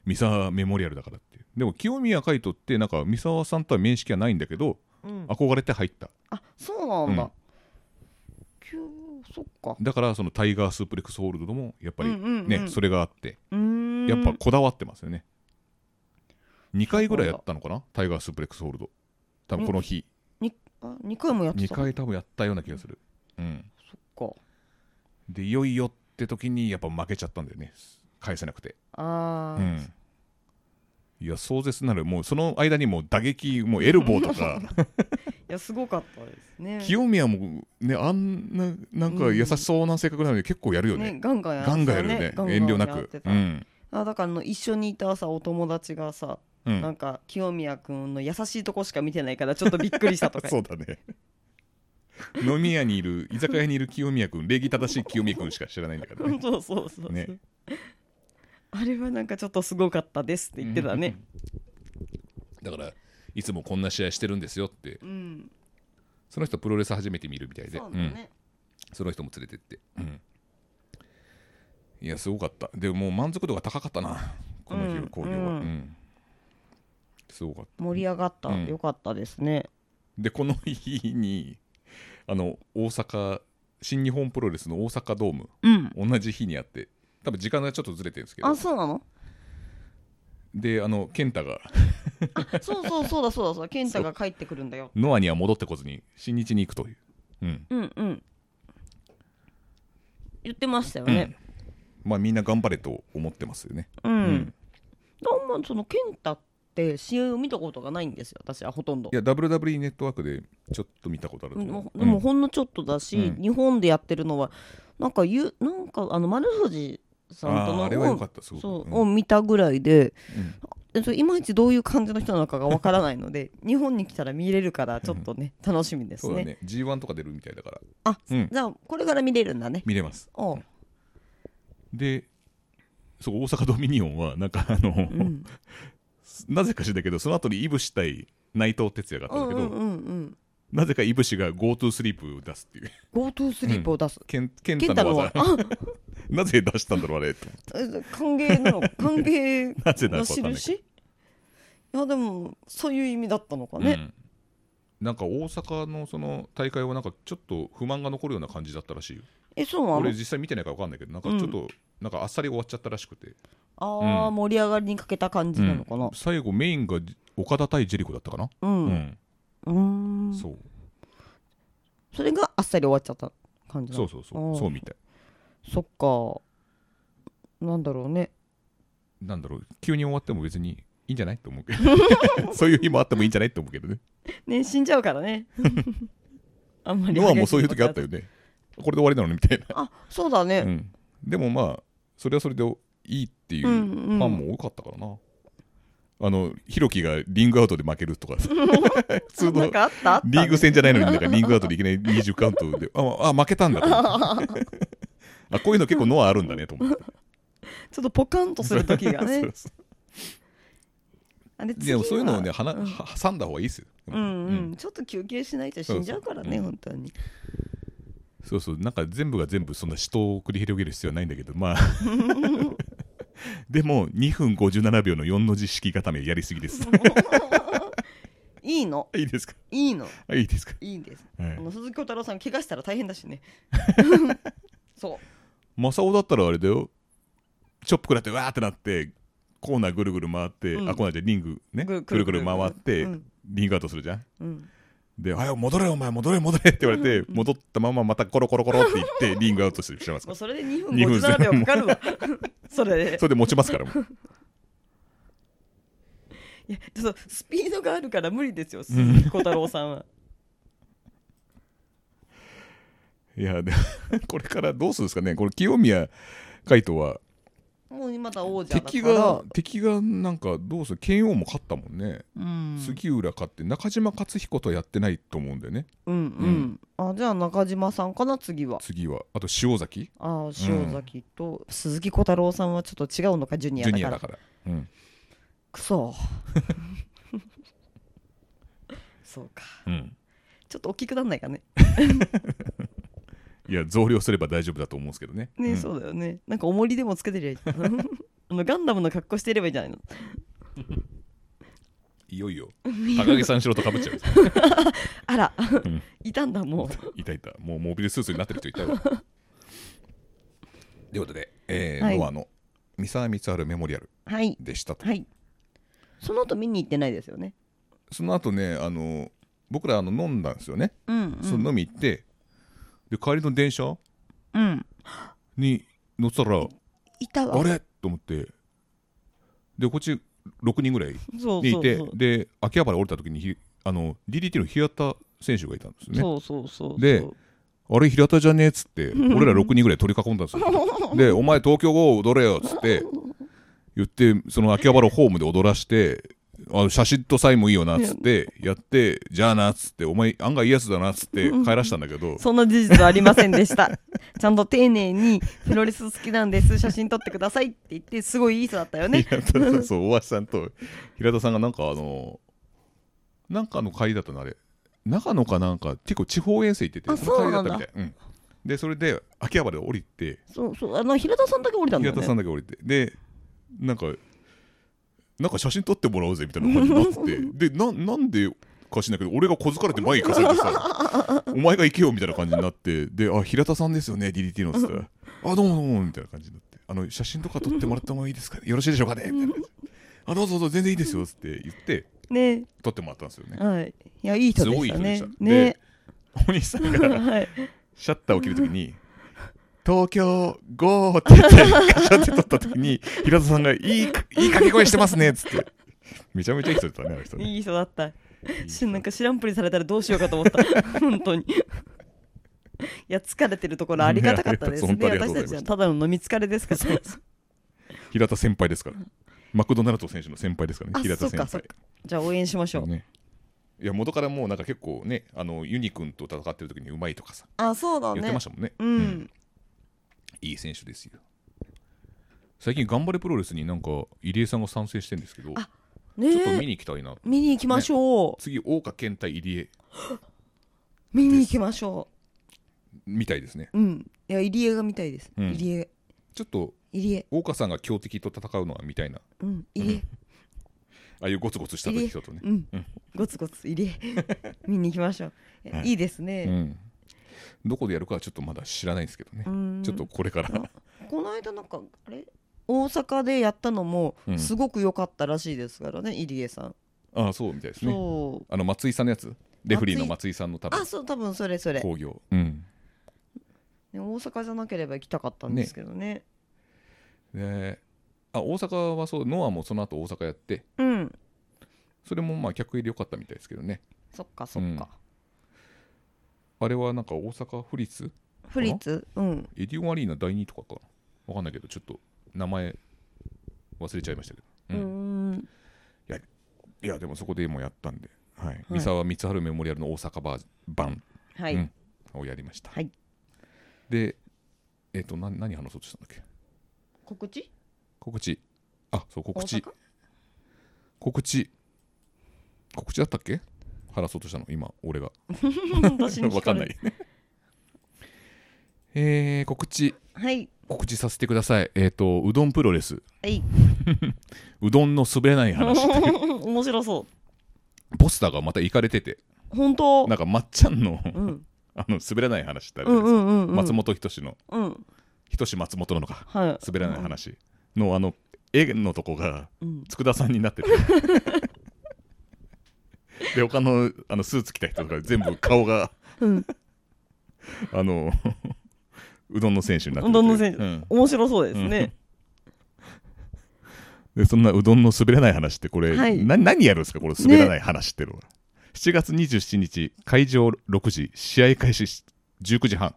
[SPEAKER 1] 三沢メモリアルだからっていうでも清宮海斗ってなんか三沢さんとは面識はないんだけど
[SPEAKER 2] うん
[SPEAKER 1] 憧れて入った
[SPEAKER 2] あそうなん
[SPEAKER 1] うん
[SPEAKER 2] だ、急そっか
[SPEAKER 1] だからそのタイガースープレックスホールドともやっぱりね、
[SPEAKER 2] うんうんうん
[SPEAKER 1] それがあって
[SPEAKER 2] うーん
[SPEAKER 1] やっぱこだわってますよね、2回ぐらいやったのかなタイガースープレックスホールド多分この日、
[SPEAKER 2] あ2回もやって
[SPEAKER 1] 2
[SPEAKER 2] たそっ
[SPEAKER 1] 回多分やったような気がする、うん、
[SPEAKER 2] か
[SPEAKER 1] でいよいよって時にやっぱ負けちゃったんだよね返せなくて、
[SPEAKER 2] あ
[SPEAKER 1] う
[SPEAKER 2] あ、
[SPEAKER 1] ん、いや壮絶なるもうその間にもう打撃もうエルボーとか
[SPEAKER 2] いやすごかったですね
[SPEAKER 1] 清宮もねあんななんか優しそうな性格なので結構やるよね,、
[SPEAKER 2] ねガンガンやって
[SPEAKER 1] ガ
[SPEAKER 2] た
[SPEAKER 1] ンガンやるよね遠慮な
[SPEAKER 2] やっ
[SPEAKER 1] く
[SPEAKER 2] てた
[SPEAKER 1] うん、
[SPEAKER 2] あだからあの一緒にいたさお友達がさ、
[SPEAKER 1] う、
[SPEAKER 2] なんんか清宮君の優しいとこしか見てないからちょっとびっくりしたとか
[SPEAKER 1] そうだね飲み屋にいる居酒屋にいる清宮君礼儀正しい清宮君しか知らないんだからね
[SPEAKER 2] そうそうそうそう、
[SPEAKER 1] ね
[SPEAKER 2] あれはなんかちょっとすごかったですって言ってたね
[SPEAKER 1] だからいつもこんな試合してるんですよって
[SPEAKER 2] うん、
[SPEAKER 1] その人プロレス初めて見るみたいで
[SPEAKER 2] そうだね、
[SPEAKER 1] その人も連れてって、うん、いやすごかったでももう満足度が高かったなこの日
[SPEAKER 2] う
[SPEAKER 1] の
[SPEAKER 2] ん
[SPEAKER 1] 興行は、
[SPEAKER 2] うん
[SPEAKER 1] うんすごかっ
[SPEAKER 2] 盛り上がった、
[SPEAKER 1] うん
[SPEAKER 2] よかったですね
[SPEAKER 1] たでこの日にあの大阪新日本プロレスの大阪ドーム
[SPEAKER 2] うん
[SPEAKER 1] 同じ日にあって多分時間がちょっとずれてるんですけど
[SPEAKER 2] あそうなの
[SPEAKER 1] であの健太が
[SPEAKER 2] そうそうそうだそうだそうだ健太が帰ってくるんだよ
[SPEAKER 1] ノアには戻ってこずに新日に行くという、うん
[SPEAKER 2] うんうん言ってましたよね
[SPEAKER 1] まあ、みんな頑張れと思ってますよね
[SPEAKER 2] うん、
[SPEAKER 1] んうん
[SPEAKER 2] あんまその健太って試合を見たことがないんですよ私はほとんど
[SPEAKER 1] いや WWE ネットワークでちょっと見たことあると
[SPEAKER 2] でも
[SPEAKER 1] 思う
[SPEAKER 2] でもほんのちょっとだし、
[SPEAKER 1] うん
[SPEAKER 2] 日本でやってるのはなんかゆなんかあの丸藤さんと
[SPEAKER 1] あー
[SPEAKER 2] の
[SPEAKER 1] あれは良
[SPEAKER 2] を
[SPEAKER 1] かったすごく
[SPEAKER 2] そう、
[SPEAKER 1] うん
[SPEAKER 2] を見たぐらいで
[SPEAKER 1] うん
[SPEAKER 2] えっといまいちどういう感じの人なのかがわからないので 日本に来たら見れるからちょっとね楽しみです
[SPEAKER 1] そうだ
[SPEAKER 2] ね
[SPEAKER 1] ね G1 とか出るみたいだから
[SPEAKER 2] あ、
[SPEAKER 1] うん
[SPEAKER 2] じゃあこれから見れるんだね
[SPEAKER 1] 見れます
[SPEAKER 2] おう
[SPEAKER 1] でそう大阪ドミニオンはなんかあの、
[SPEAKER 2] うん、
[SPEAKER 1] なぜかしだけどその後にイブシ対内藤哲也が
[SPEAKER 2] う
[SPEAKER 1] あった
[SPEAKER 2] ん
[SPEAKER 1] ん
[SPEAKER 2] う
[SPEAKER 1] だけど、
[SPEAKER 2] んうんうん
[SPEAKER 1] なぜかイブシが GoTo スリープを出すっていう
[SPEAKER 2] GoTo スリープを出す、
[SPEAKER 1] ケンケン
[SPEAKER 2] 健
[SPEAKER 1] タ
[SPEAKER 2] 太
[SPEAKER 1] の
[SPEAKER 2] のは
[SPEAKER 1] 技 なぜ出したんだろうあ れと
[SPEAKER 2] え歓 迎なの歓迎
[SPEAKER 1] なぜな
[SPEAKER 2] の
[SPEAKER 1] のか分かんないけ
[SPEAKER 2] 印いやでもそういう意味だったのか
[SPEAKER 1] ど、
[SPEAKER 2] ね、
[SPEAKER 1] うんなんか大阪のその大会はなんかちょっと不満が残るような感じだったらしいよ
[SPEAKER 2] えそうなの
[SPEAKER 1] 俺実際見てないから分かんないけどなんかちょっと、なんかあっさり終わっちゃったらしくて、
[SPEAKER 2] ああ、
[SPEAKER 1] うん
[SPEAKER 2] 盛り上がりに欠けた感じなのかな
[SPEAKER 1] 最後メインが岡田対ジェリコだったかな
[SPEAKER 2] う、
[SPEAKER 1] うん
[SPEAKER 2] うん
[SPEAKER 1] ん、
[SPEAKER 2] うんそ
[SPEAKER 1] そう
[SPEAKER 2] れがあっさり終わっちゃった感じな
[SPEAKER 1] そ
[SPEAKER 2] の
[SPEAKER 1] うそうそうそうみたい
[SPEAKER 2] そっかなんだろうね
[SPEAKER 1] なんだろう急に終わっても別にいいんじゃないと思うけ どそういう日もあってもいいんじゃないと思うけどね
[SPEAKER 2] ね死んじゃうから ねあんまり
[SPEAKER 1] ノアもそういう時あったよ ねこれで終わりなのにみたい
[SPEAKER 2] あそうだ
[SPEAKER 1] な、う
[SPEAKER 2] ね、
[SPEAKER 1] ん、でもまあそれはそれでいいっていううんフ
[SPEAKER 2] うん
[SPEAKER 1] ァンも多かったからな、あのヒロキがリングアウトで負けると かさ普通
[SPEAKER 2] な
[SPEAKER 1] の
[SPEAKER 2] んかあったあった、
[SPEAKER 1] リーグ戦
[SPEAKER 2] 戦
[SPEAKER 1] じゃないのになんかリングアウトでいきなり20カウントでああ負けたんだと思ってあこういうの結構ノアあるんだねと思って
[SPEAKER 2] ちょっとポカンとする時が
[SPEAKER 1] そう
[SPEAKER 2] ね
[SPEAKER 1] そう
[SPEAKER 2] あれ次
[SPEAKER 1] でもそういうのをね
[SPEAKER 2] は
[SPEAKER 1] はな
[SPEAKER 2] うん
[SPEAKER 1] は挟んだ方がいいですよ、
[SPEAKER 2] うんう
[SPEAKER 1] うん
[SPEAKER 2] ん、ちょっと休憩しないと死んじゃうから
[SPEAKER 1] そう
[SPEAKER 2] ね、
[SPEAKER 1] そう
[SPEAKER 2] 本当 に。
[SPEAKER 1] そうそうなんか全部が全部そんな死闘を繰り広げる必要はないんだけど まあでも2分57秒の4の字式固めやりすぎです
[SPEAKER 2] いいの、
[SPEAKER 1] いいですか
[SPEAKER 2] いいの、
[SPEAKER 1] あいいですか、
[SPEAKER 2] いいんです。
[SPEAKER 1] は
[SPEAKER 2] あ
[SPEAKER 1] い、
[SPEAKER 2] の鈴木小太郎さん、怪我したら大変 だしね。そう。
[SPEAKER 1] 正雄だったらあれだよチョップ食らってわーってなってコーナーぐるぐる回って、
[SPEAKER 2] うん
[SPEAKER 1] あコーナーじゃないリングね
[SPEAKER 2] ぐ
[SPEAKER 1] ぐるぐる回って、
[SPEAKER 2] うん
[SPEAKER 1] リングアウトするじゃん
[SPEAKER 2] うん、
[SPEAKER 1] で「あよ戻れお前戻れ戻れ」って言われて戻ったまままたコロコロコロって言ってリングアウトしてします
[SPEAKER 2] も
[SPEAKER 1] か
[SPEAKER 2] うそれで2分
[SPEAKER 1] 二分
[SPEAKER 2] 57秒かかるわそれ
[SPEAKER 1] ら
[SPEAKER 2] で
[SPEAKER 1] それで持ちますからもう
[SPEAKER 2] いやちょっとスピードがあるから無理ですよ鈴木小太郎さんは
[SPEAKER 1] いやで これからどうするんですかねこれ清宮海斗は
[SPEAKER 2] もうまた王者だから
[SPEAKER 1] 敵が敵がなんかどうする剣王も勝ったもんね、
[SPEAKER 2] うん
[SPEAKER 1] 杉浦勝って中島勝彦とやってないと思うんだよね
[SPEAKER 2] うんうんあじゃあ中島さんかな次は
[SPEAKER 1] 次はあと塩崎
[SPEAKER 2] あ塩崎と、鈴木小太郎さんはちょっと違うのかジュニ
[SPEAKER 1] ジ
[SPEAKER 2] アだ
[SPEAKER 1] ュ
[SPEAKER 2] か
[SPEAKER 1] ニア
[SPEAKER 2] ら
[SPEAKER 1] だから、うん
[SPEAKER 2] くそそうか
[SPEAKER 1] うん
[SPEAKER 2] ちょっと大きくなんないかね
[SPEAKER 1] いや増量すれば大丈夫だと思うんですけどね
[SPEAKER 2] ね、
[SPEAKER 1] うん
[SPEAKER 2] そうだよねなんか重りでもつけてりゃいいあのガンダムの格好してればいいんじゃないの
[SPEAKER 1] いよいよ高木三四郎とかぶっちゃう
[SPEAKER 2] あら、
[SPEAKER 1] ん
[SPEAKER 2] いたんだもう
[SPEAKER 1] いたいたもうモビルスーツになってる人いた わということで、えー
[SPEAKER 2] はい
[SPEAKER 1] ノアの三沢光晴メモリアル
[SPEAKER 2] はい
[SPEAKER 1] でしたと
[SPEAKER 2] はいその後見に行ってないですよね
[SPEAKER 1] その後ねあの僕らあの飲んだんですよね
[SPEAKER 2] うんう
[SPEAKER 1] そ
[SPEAKER 2] ん
[SPEAKER 1] の飲み行って、で帰りの電車
[SPEAKER 2] うん
[SPEAKER 1] に乗ってたら
[SPEAKER 2] いたわ
[SPEAKER 1] あれと思ってでこっち6人ぐらい
[SPEAKER 2] そう
[SPEAKER 1] で
[SPEAKER 2] そ
[SPEAKER 1] いうて
[SPEAKER 2] そう
[SPEAKER 1] で秋葉原降りた時にひあの DDT の平田選手がいたんですよね
[SPEAKER 2] そうそうそう
[SPEAKER 1] であれ平田じゃねえっつって
[SPEAKER 2] ん
[SPEAKER 1] 俺ら6人ぐらい取り囲んだんですよ で「お前東京号踊れよ」っつって言ってその秋葉原ホームで踊らしてあ写真とサインもいいよなっつってやって「じゃあな」っつって「お前案外いいやつだな」っつって帰らしたんだけど
[SPEAKER 2] そんな事実はありませんでしたちゃんと丁寧にプロレス好きなんです写真撮ってくださいって言ってすごいいい人だったよ ね
[SPEAKER 1] 平田さんそう大橋さんと平田さんがなんかあのなんかの帰りだったのあれ長野かなんか結構地方遠征行って
[SPEAKER 2] あ
[SPEAKER 1] ての帰りだった
[SPEAKER 2] そうなん
[SPEAKER 1] みたい、うん、でそれで秋葉原で降りて
[SPEAKER 2] そうそうあの平田さんだけ降りたんだ
[SPEAKER 1] 平
[SPEAKER 2] よね
[SPEAKER 1] 田さんだけ降りてでなんかなんか写真撮ってもらおうぜみたいな感じにな っててでななんでかしないけど俺が小づかれて前行かされてさ お前が行けよみたいな感じになってであ平田さんですよね DDT のっつったらあどうもどうもみたいな感じになってあの写真とか撮ってもらってもいいですか、よろしいでしょうかねみたいな感じであどうぞどうぞ全然いいですよつって言って
[SPEAKER 2] ね
[SPEAKER 1] 撮ってもらったんですよね
[SPEAKER 2] はいいやいい人
[SPEAKER 1] す
[SPEAKER 2] で
[SPEAKER 1] ごい
[SPEAKER 2] し
[SPEAKER 1] 人
[SPEAKER 2] た
[SPEAKER 1] でし
[SPEAKER 2] ね
[SPEAKER 1] た、
[SPEAKER 2] ね
[SPEAKER 1] でお兄さんが
[SPEAKER 2] はい
[SPEAKER 1] シャッターを切るときに 「東京ゴー」って言ってカシャって撮ったときに平田さんがいいか「いい掛け声してますね」っつってめちゃめちゃいい人だったねあの人ね
[SPEAKER 2] いい人だった
[SPEAKER 1] いい
[SPEAKER 2] し
[SPEAKER 1] 人
[SPEAKER 2] なんか知らんぷりされたらどうしようかと思っ た本当にいや疲れてるところありがたかったですね
[SPEAKER 1] いやありがとうござ
[SPEAKER 2] 私
[SPEAKER 1] い
[SPEAKER 2] た
[SPEAKER 1] まし
[SPEAKER 2] ち
[SPEAKER 1] た
[SPEAKER 2] はただの飲み疲れですから
[SPEAKER 1] 平田先輩ですからマクドナルド選手の先輩ですからね
[SPEAKER 2] あ
[SPEAKER 1] 平田先輩
[SPEAKER 2] そっかそっじゃあ応援しましょう、
[SPEAKER 1] ねいや元からもうなんか結構ねあのユニ君と戦ってる時にうまいとかさ
[SPEAKER 2] あそうだね
[SPEAKER 1] 言ってましたもんね
[SPEAKER 2] うん、
[SPEAKER 1] うんいい選手ですよ最近頑張れプロレスになんか入江さんが参戦してるんですけどちょ
[SPEAKER 2] あ
[SPEAKER 1] っ
[SPEAKER 2] ねえ
[SPEAKER 1] と見に行きたいな
[SPEAKER 2] 見に行きましょ
[SPEAKER 1] 次大岡健対入江
[SPEAKER 2] う、見に行きましょ
[SPEAKER 1] みたいですね
[SPEAKER 2] ううんいや入江が見たいです、
[SPEAKER 1] うん
[SPEAKER 2] 入江
[SPEAKER 1] ちょっと
[SPEAKER 2] 入江
[SPEAKER 1] 大岡さんが強敵と戦うのはみたいな
[SPEAKER 2] うん入
[SPEAKER 1] ああいうゴツゴツした
[SPEAKER 2] 江入江
[SPEAKER 1] 人とね、
[SPEAKER 2] うん
[SPEAKER 1] うん
[SPEAKER 2] ゴツゴツ 入江見に行きましょういや
[SPEAKER 1] はい
[SPEAKER 2] いいです
[SPEAKER 1] う
[SPEAKER 2] ね、
[SPEAKER 1] ん、どこでやるかはちょっとまだ知らないんですけどね、
[SPEAKER 2] うん
[SPEAKER 1] ちょっとこれから
[SPEAKER 2] あこの間なんかあれ大阪でやったのも
[SPEAKER 1] うん
[SPEAKER 2] すごく良かったらしいですからね入江さん
[SPEAKER 1] ああそうみたいですね
[SPEAKER 2] そう
[SPEAKER 1] あの松井さんのやつレフリーの松井さんの多分
[SPEAKER 2] あそう多分それそれ、ね、
[SPEAKER 1] 工業、うん、
[SPEAKER 2] 大阪じゃなければ行きたかったんですけどね
[SPEAKER 1] であ大阪はそうノアもその後大阪やって
[SPEAKER 2] うん
[SPEAKER 1] それもまあ客入り良かったみたいですけどね
[SPEAKER 2] そっかそっか、
[SPEAKER 1] あれはなんか大阪府立
[SPEAKER 2] フリッツうん
[SPEAKER 1] エディオンアリーナ第2とかかわかんないけどちょっと名前忘れちゃいましたけ
[SPEAKER 2] う
[SPEAKER 1] ど、うん
[SPEAKER 2] ーん
[SPEAKER 1] いやでもそこでもやったんで、はい三沢光晴メモリアルの大阪バージ版
[SPEAKER 2] はい、
[SPEAKER 1] うんをやりました、
[SPEAKER 2] はい
[SPEAKER 1] でえっ、とな何話そうとしたんだっけ
[SPEAKER 2] 告知
[SPEAKER 1] 告知あそう告
[SPEAKER 2] 大
[SPEAKER 1] 知
[SPEAKER 2] 阪
[SPEAKER 1] 告知告知だったっけ話そうとしたの今俺が
[SPEAKER 2] 私に聞れて
[SPEAKER 1] わかんない えー、告知
[SPEAKER 2] はい
[SPEAKER 1] 告知させてくださいえっ、とうどんプロレス
[SPEAKER 2] はい
[SPEAKER 1] うどんの滑らない 話
[SPEAKER 2] 面白そ
[SPEAKER 1] ポスターがまた行かれてて
[SPEAKER 2] う本当
[SPEAKER 1] なんかまっちゃんの
[SPEAKER 2] うん
[SPEAKER 1] あの滑らない話ってある
[SPEAKER 2] う
[SPEAKER 1] じゃ
[SPEAKER 2] ん
[SPEAKER 1] ないうです
[SPEAKER 2] んうんうん
[SPEAKER 1] か松本人志の
[SPEAKER 2] うん
[SPEAKER 1] 人志松本なのか
[SPEAKER 2] はい
[SPEAKER 1] 滑らない話のあの絵のとこが
[SPEAKER 2] うん
[SPEAKER 1] 佃さんになっててで他のあのスーツ着た人とか全部顔が
[SPEAKER 2] うん
[SPEAKER 1] あのうどんの選手になって
[SPEAKER 2] う
[SPEAKER 1] る
[SPEAKER 2] どんの選手
[SPEAKER 1] うん
[SPEAKER 2] 面白そうですね、
[SPEAKER 1] でそんなうどんの滑らない話ってこれ、
[SPEAKER 2] はい
[SPEAKER 1] な何やるんですかこの滑らない話ってのは、7月27日会場6時試合開始し19時半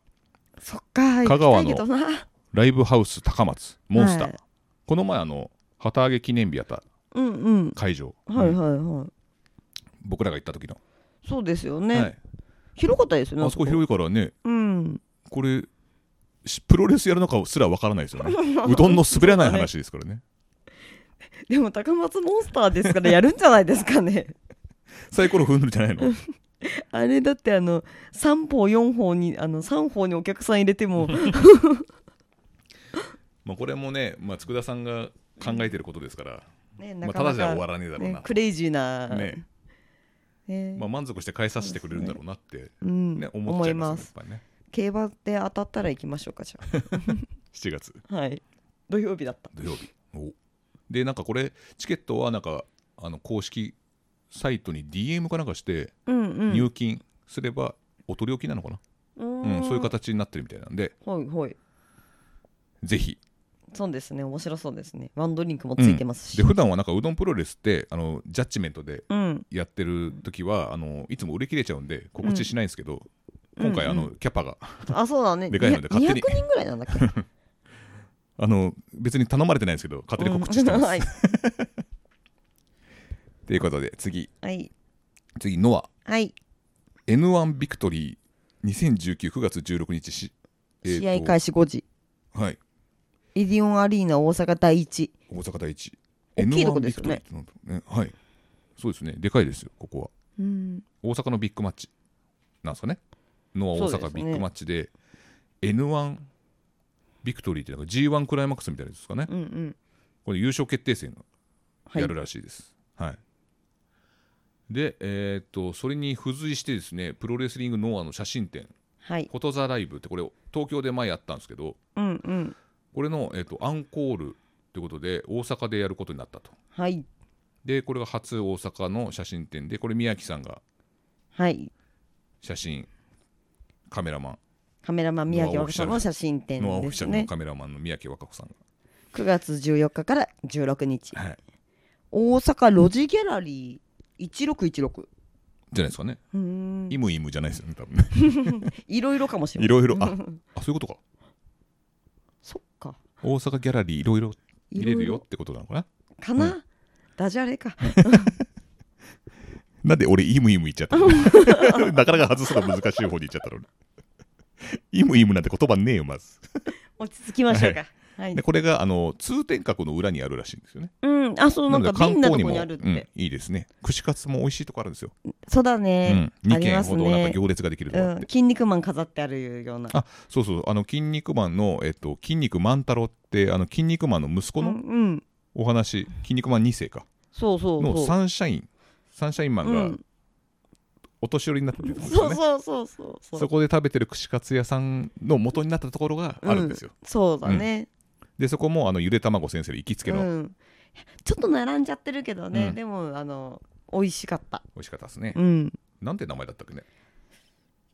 [SPEAKER 2] そっか
[SPEAKER 1] 香川の
[SPEAKER 2] 行きたいけどな
[SPEAKER 1] ライブハウス高松モンスター、
[SPEAKER 2] はい
[SPEAKER 1] この前あの旗揚げ記念日やった
[SPEAKER 2] うんうん
[SPEAKER 1] 会場、
[SPEAKER 2] はいはい
[SPEAKER 1] うん
[SPEAKER 2] は
[SPEAKER 1] 僕らが行った時の、
[SPEAKER 2] いそうですよね、
[SPEAKER 1] はい
[SPEAKER 2] 広かったですよね
[SPEAKER 1] あそこ広いからね
[SPEAKER 2] うん
[SPEAKER 1] これしプロレスやるのかすらわからないですよね うどんの滑らない話ですからね
[SPEAKER 2] でも高松モンスターですからやるんじゃないですかね
[SPEAKER 1] サイコロ踏んでるんじゃないの
[SPEAKER 2] あれだってあの3方4方にあの3方にお客さん入れ ても
[SPEAKER 1] まあこれもね、まあ、佃さんが考えてることですから、
[SPEAKER 2] ね
[SPEAKER 1] ま
[SPEAKER 2] な
[SPEAKER 1] あ、
[SPEAKER 2] か
[SPEAKER 1] た
[SPEAKER 2] な
[SPEAKER 1] だじゃ終わ
[SPEAKER 2] から
[SPEAKER 1] ねえだろう
[SPEAKER 2] ね
[SPEAKER 1] なと
[SPEAKER 2] クレイジーな
[SPEAKER 1] ね
[SPEAKER 2] ね
[SPEAKER 1] まあ、満足して返させてくれるんだろうなって、
[SPEAKER 2] うん
[SPEAKER 1] ね思っ
[SPEAKER 2] 思
[SPEAKER 1] ちゃ
[SPEAKER 2] い
[SPEAKER 1] いま
[SPEAKER 2] ま
[SPEAKER 1] ね
[SPEAKER 2] すす
[SPEAKER 1] やっぱ
[SPEAKER 2] 競馬で当たったら行きましょうかじゃ
[SPEAKER 1] りね7月
[SPEAKER 2] あはい土曜日だった
[SPEAKER 1] 土曜日でなんかこれチケットはなんかあの公式サイトに DM かなんかして
[SPEAKER 2] うんうん
[SPEAKER 1] 入金すればお取り置きなのかな、
[SPEAKER 2] う
[SPEAKER 1] うん
[SPEAKER 2] ん
[SPEAKER 1] そういう形になってるみたいなんで
[SPEAKER 2] はいはい
[SPEAKER 1] ぜひ
[SPEAKER 2] そうですね面白そうですねワンドリンクもついてますし
[SPEAKER 1] で普段はなんかうどんプロレスってあのジャッジメントで
[SPEAKER 2] うん
[SPEAKER 1] やってる時はあのいつも売り切れちゃうんで告知しないんですけど、
[SPEAKER 2] うん
[SPEAKER 1] 今回あ
[SPEAKER 2] うん
[SPEAKER 1] のキャパが
[SPEAKER 2] あそうだね
[SPEAKER 1] でかいので勝手に
[SPEAKER 2] 200人ぐらいなんだっけ
[SPEAKER 1] あの別に頼まれてないんですけど勝手に告知してます、
[SPEAKER 2] うん
[SPEAKER 1] と、
[SPEAKER 2] はい
[SPEAKER 1] い、うことで次
[SPEAKER 2] はい
[SPEAKER 1] 次ノア
[SPEAKER 2] はい
[SPEAKER 1] N1 ビクトリー20199月16日し、
[SPEAKER 2] 試合開
[SPEAKER 1] 始
[SPEAKER 2] 始5時
[SPEAKER 1] はい
[SPEAKER 2] イディオンアリーナ大阪第一
[SPEAKER 1] 大阪第一
[SPEAKER 2] 大きいとこですよね
[SPEAKER 1] N1 ビクトリーってなんだろうねはいそうですねでかいですよここは
[SPEAKER 2] うん
[SPEAKER 1] 大阪のビッグマッチなんですかねノア大
[SPEAKER 2] そうで
[SPEAKER 1] 阪
[SPEAKER 2] すね
[SPEAKER 1] ビッグマッチで N1 ビクトリーってなんか G1 クライマックスみたいなやつですかね
[SPEAKER 2] うんうん
[SPEAKER 1] これ優勝決定戦が
[SPEAKER 2] はい
[SPEAKER 1] やるらしいですはい、でえーっとそれに付随してですねプロレスリングノアの写真展
[SPEAKER 2] はい
[SPEAKER 1] フォトザライブってこれ東京で前やったんですけど
[SPEAKER 2] うんうん
[SPEAKER 1] これの、えっとアンコールということで大阪でやることになったと
[SPEAKER 2] はい
[SPEAKER 1] でこれが初大阪の写真展でこれ宮城さんが
[SPEAKER 2] はい
[SPEAKER 1] 写真カメラマン
[SPEAKER 2] カメラマン宮城若さんの写真展
[SPEAKER 1] ノアオフ
[SPEAKER 2] で
[SPEAKER 1] ィシ
[SPEAKER 2] す
[SPEAKER 1] ャルの
[SPEAKER 2] ね
[SPEAKER 1] カメラマンの宮城和歌子さん
[SPEAKER 2] 9月14日から16日
[SPEAKER 1] が、はい、
[SPEAKER 2] 大阪ロジギャラリー
[SPEAKER 1] じ
[SPEAKER 2] 1616
[SPEAKER 1] ゃないですかね
[SPEAKER 2] うーん
[SPEAKER 1] イムイムじゃないですよね多 分ね
[SPEAKER 2] いろいろかもしれない
[SPEAKER 1] いろいろああそういうことか
[SPEAKER 2] そっか
[SPEAKER 1] 大阪ギャラリーいろいろ見れる
[SPEAKER 2] いろ
[SPEAKER 1] よ
[SPEAKER 2] い
[SPEAKER 1] ってことなのかな
[SPEAKER 2] ろかな、ダジャレか
[SPEAKER 1] なんで俺イムイム言っちゃ ったのなかなか外すの難しい方に言っちゃったのにイムイムなんて言葉ねえよまず
[SPEAKER 2] 落ち着きましょうかはい、
[SPEAKER 1] でこれがあの通天閣の裏にあるらしいんですよね
[SPEAKER 2] うんあそうなんか
[SPEAKER 1] なの
[SPEAKER 2] 瓶なとこ
[SPEAKER 1] も
[SPEAKER 2] にあるって、
[SPEAKER 1] うんいいですね串カツも美味しいとこあるんですよ、
[SPEAKER 2] そうだね、
[SPEAKER 1] うん、
[SPEAKER 2] あ
[SPEAKER 1] 2
[SPEAKER 2] り
[SPEAKER 1] 軒
[SPEAKER 2] ます
[SPEAKER 1] ほどなんか
[SPEAKER 2] ね
[SPEAKER 1] 行列ができると
[SPEAKER 2] う
[SPEAKER 1] こあっ
[SPEAKER 2] ん
[SPEAKER 1] て、、
[SPEAKER 2] 筋肉マン飾ってあるような
[SPEAKER 1] あそうそうあの筋肉マンの、えっと、筋肉万太郎ってあの筋肉マンの息子
[SPEAKER 2] うん
[SPEAKER 1] の
[SPEAKER 2] うん
[SPEAKER 1] お話、筋肉マン2世か
[SPEAKER 2] そうそうそう
[SPEAKER 1] のサンシャインサンシャインマン
[SPEAKER 2] う
[SPEAKER 1] が
[SPEAKER 2] ん
[SPEAKER 1] お年寄りになってるんですよ
[SPEAKER 2] そう
[SPEAKER 1] ね、
[SPEAKER 2] そうそうそうそう
[SPEAKER 1] そこで食べてる串カツ屋さんの元になったところがあるんですよ、
[SPEAKER 2] そうだね、
[SPEAKER 1] でそこもあのゆで卵先生で行きつ
[SPEAKER 2] う
[SPEAKER 1] け
[SPEAKER 2] ん
[SPEAKER 1] の
[SPEAKER 2] ちょっと並んじゃってるけどね、
[SPEAKER 1] うん
[SPEAKER 2] でもあの美味しかった
[SPEAKER 1] 美味しかったですね、
[SPEAKER 2] うん
[SPEAKER 1] なんて名前だったっけね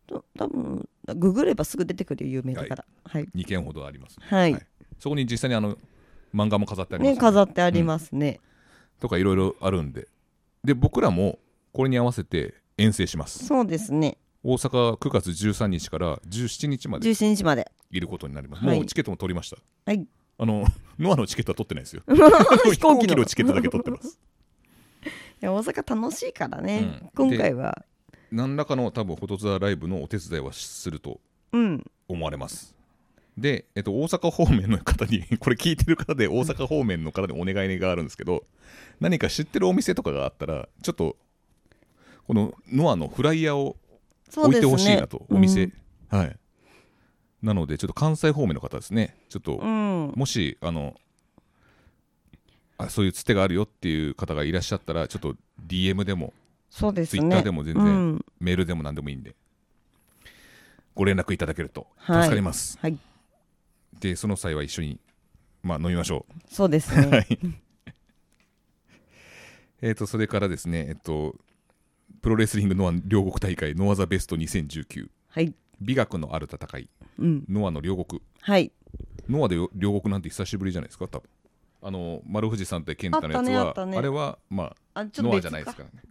[SPEAKER 2] と多分ググればすぐ出てくるよ有名だからはい
[SPEAKER 1] 2軒ほどあります
[SPEAKER 2] はい、
[SPEAKER 1] はいそこに実際にあの漫画も飾ってあります
[SPEAKER 2] ね飾ってありますね、
[SPEAKER 1] とかいろいろあるんでで僕らもこれに合わせて遠征します
[SPEAKER 2] そうですね
[SPEAKER 1] 大阪9月13日から17日まで
[SPEAKER 2] 17日まで
[SPEAKER 1] いることになります、
[SPEAKER 2] はい
[SPEAKER 1] もうチケットも取りました
[SPEAKER 2] はい
[SPEAKER 1] あの ノアのチケットは取ってないです よ
[SPEAKER 2] 飛行機の
[SPEAKER 1] チケットだけ取って ます
[SPEAKER 2] いや大阪楽しいからね、
[SPEAKER 1] うん
[SPEAKER 2] 今回は
[SPEAKER 1] 何らかの多分フォトツアーライブのお手伝いはすると
[SPEAKER 2] うん
[SPEAKER 1] 思われますで、えっと、大阪方面の方にこれ聞いてる 方で大阪方面の方にお願いがあるんですけど何か知ってるお店とかがあったらちょっとこのノアのフライヤーを
[SPEAKER 2] そう
[SPEAKER 1] 置
[SPEAKER 2] で
[SPEAKER 1] い
[SPEAKER 2] す
[SPEAKER 1] て
[SPEAKER 2] ね
[SPEAKER 1] ほしいなと、お店、はいなのでちょっと関西方面の方ですねちょっと、
[SPEAKER 2] うん、うん
[SPEAKER 1] もしあのあそういうつてがあるよっていう方がいらっしゃったらちょっと DM でも
[SPEAKER 2] そうですね
[SPEAKER 1] Twitter でも全然
[SPEAKER 2] うん
[SPEAKER 1] メールでも何でもいいんでご連絡いただけると
[SPEAKER 2] はい
[SPEAKER 1] 助かります、
[SPEAKER 2] はい
[SPEAKER 1] でその際は一緒に、まあ、飲みましょ
[SPEAKER 2] そうですね
[SPEAKER 1] うはい えーとそれからですねえっとプロレスリングノア両国大会ノアザベスト2019
[SPEAKER 2] はい
[SPEAKER 1] 美学のある戦い
[SPEAKER 2] うん
[SPEAKER 1] ノアの両国
[SPEAKER 2] はい
[SPEAKER 1] ノアで両国なんて久しぶりじゃないですか多分あの丸藤さんと健太のやつ
[SPEAKER 2] あっ
[SPEAKER 1] はあ,、
[SPEAKER 2] たねあったね
[SPEAKER 1] れはま
[SPEAKER 2] あ
[SPEAKER 1] あノアじゃないですからね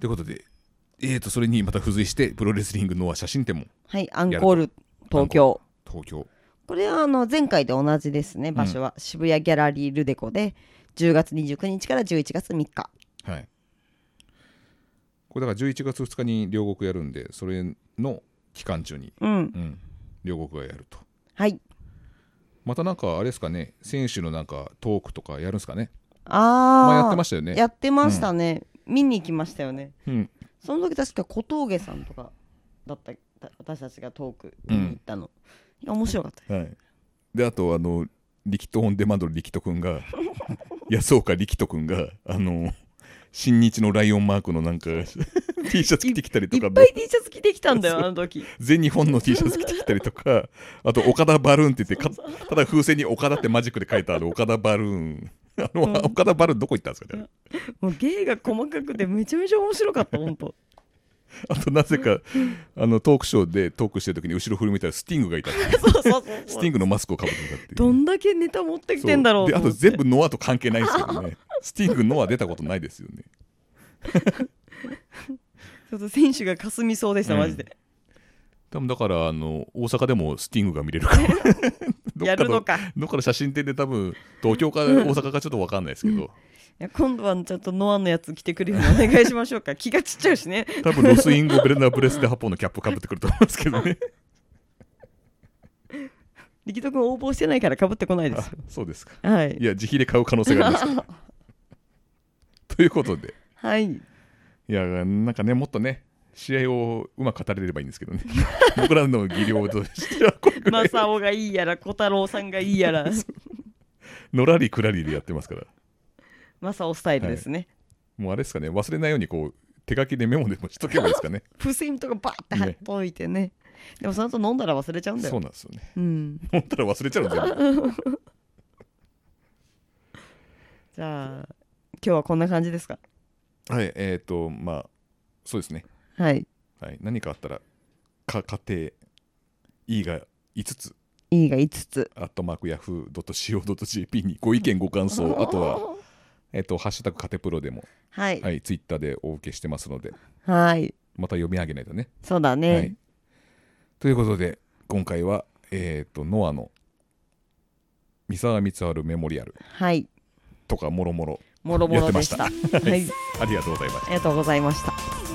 [SPEAKER 1] ということでえーとそれにまた付随してプロレスリングノア写真展も
[SPEAKER 2] はいアンコール東京
[SPEAKER 1] 東京
[SPEAKER 2] これはあの前回と同じですね場所は、渋谷ギャラリールデコで10月29日から11月3日
[SPEAKER 1] はいこれだから11月2日に両国やるんでそれの期間中に、
[SPEAKER 2] うん
[SPEAKER 1] うん、両国がやると
[SPEAKER 2] はい
[SPEAKER 1] またなんかあれですかね選手のなんかトークとかやるんですかね
[SPEAKER 2] あ
[SPEAKER 1] ま
[SPEAKER 2] あ
[SPEAKER 1] あ、やってましたよね
[SPEAKER 2] やってましたね、見に行きましたよね
[SPEAKER 1] うん、
[SPEAKER 2] その時確か小峠さんとかだったた私たちがトーク見に行ったの、いや面白かったよ
[SPEAKER 1] はい、であとあの力斗オンデマンドの力斗くん が安岡力斗くんがあの新日のライオンマークのなんか T シャツ着てきたりと
[SPEAKER 2] い
[SPEAKER 1] か
[SPEAKER 2] っぱい T シャツ着てきたんだよあの時
[SPEAKER 1] 全日本の T シャツ着てきたりとかあと岡田バルーンって言ってかただ風船に岡田ってマジックで書いてある岡田バルーンあの、岡田バルーンどこ行ったんですかね
[SPEAKER 2] もう芸が細かくてめちゃめちゃ面白かった 本当
[SPEAKER 1] あとなぜかあのトークショーでトークしてる時に後ろ振り向いたらスティングがいたっていう
[SPEAKER 2] そうそうそう
[SPEAKER 1] スティングのマスクをかぶってたっていう
[SPEAKER 2] どんだけネタ持ってきてんだろ
[SPEAKER 1] そう
[SPEAKER 2] う
[SPEAKER 1] であ
[SPEAKER 2] と思
[SPEAKER 1] と
[SPEAKER 2] って
[SPEAKER 1] 全部ノアと関係ないですけどねスティングノア出たことないですよね
[SPEAKER 2] ちょっと選手がかすみそうでした、
[SPEAKER 1] うん
[SPEAKER 2] マジで
[SPEAKER 1] 多分だからあの大阪でもスティングが見れるからどっか
[SPEAKER 2] やるのかい
[SPEAKER 1] どっかの写真展で多分東京か大阪かちょっと分かんないですけど
[SPEAKER 2] や今度はちょっとノアのやつ着てくるようにお願いしまし ょうか気がちっちゃいしね
[SPEAKER 1] 多分ロスインゴ・ベレナ・ブレスでハポンのキャップかぶってくると思いますけ どね
[SPEAKER 2] 力斗君応募してないからかぶってこないで
[SPEAKER 1] あ
[SPEAKER 2] す
[SPEAKER 1] そうですか
[SPEAKER 2] はいい
[SPEAKER 1] や自費で買う可能性があります けどということで
[SPEAKER 2] はい
[SPEAKER 1] いやなんかねもっとね試合をうまく語れればいいんですけどね 僕らの技量としてはこれぐらい
[SPEAKER 2] 正雄がいいやら小太郎さんがいいや ら
[SPEAKER 1] のらりくらりでやってますから
[SPEAKER 2] 正雄スタイルですね、
[SPEAKER 1] もうあれです かね忘れないようにこう手書きでメモでもしとけばいいですかね
[SPEAKER 2] 付箋とかバーって貼っといてねでもその後飲んだら忘れちゃうんだ
[SPEAKER 1] そう
[SPEAKER 2] よ。
[SPEAKER 1] なんですよね
[SPEAKER 2] うん。
[SPEAKER 1] 飲んだら忘れちゃうんですよ
[SPEAKER 2] じゃあ今日はこんな感じですか。
[SPEAKER 1] はいえっ、とまあそうですね、
[SPEAKER 2] はい。
[SPEAKER 1] はい、何かあったらか家庭 E が5つ
[SPEAKER 2] いいが5つ。
[SPEAKER 1] アットマークヤフー .co.jp にご意見ご感 想あとは、えっとハッシュタグカテプロでも、
[SPEAKER 2] はい。
[SPEAKER 1] はい、ツイッターでお受けしてますので
[SPEAKER 2] はい。
[SPEAKER 1] また読み上げないとね、
[SPEAKER 2] そうだね。
[SPEAKER 1] はい、ということで今回は、えっとノアの三沢光晴メモリアル
[SPEAKER 2] はい。
[SPEAKER 1] とかもろもろ
[SPEAKER 2] もろも
[SPEAKER 1] やっ
[SPEAKER 2] ろ
[SPEAKER 1] てま
[SPEAKER 2] で
[SPEAKER 1] し
[SPEAKER 2] したた。はい。
[SPEAKER 1] ありがとうございました
[SPEAKER 2] ありがとうございました。
[SPEAKER 3] 「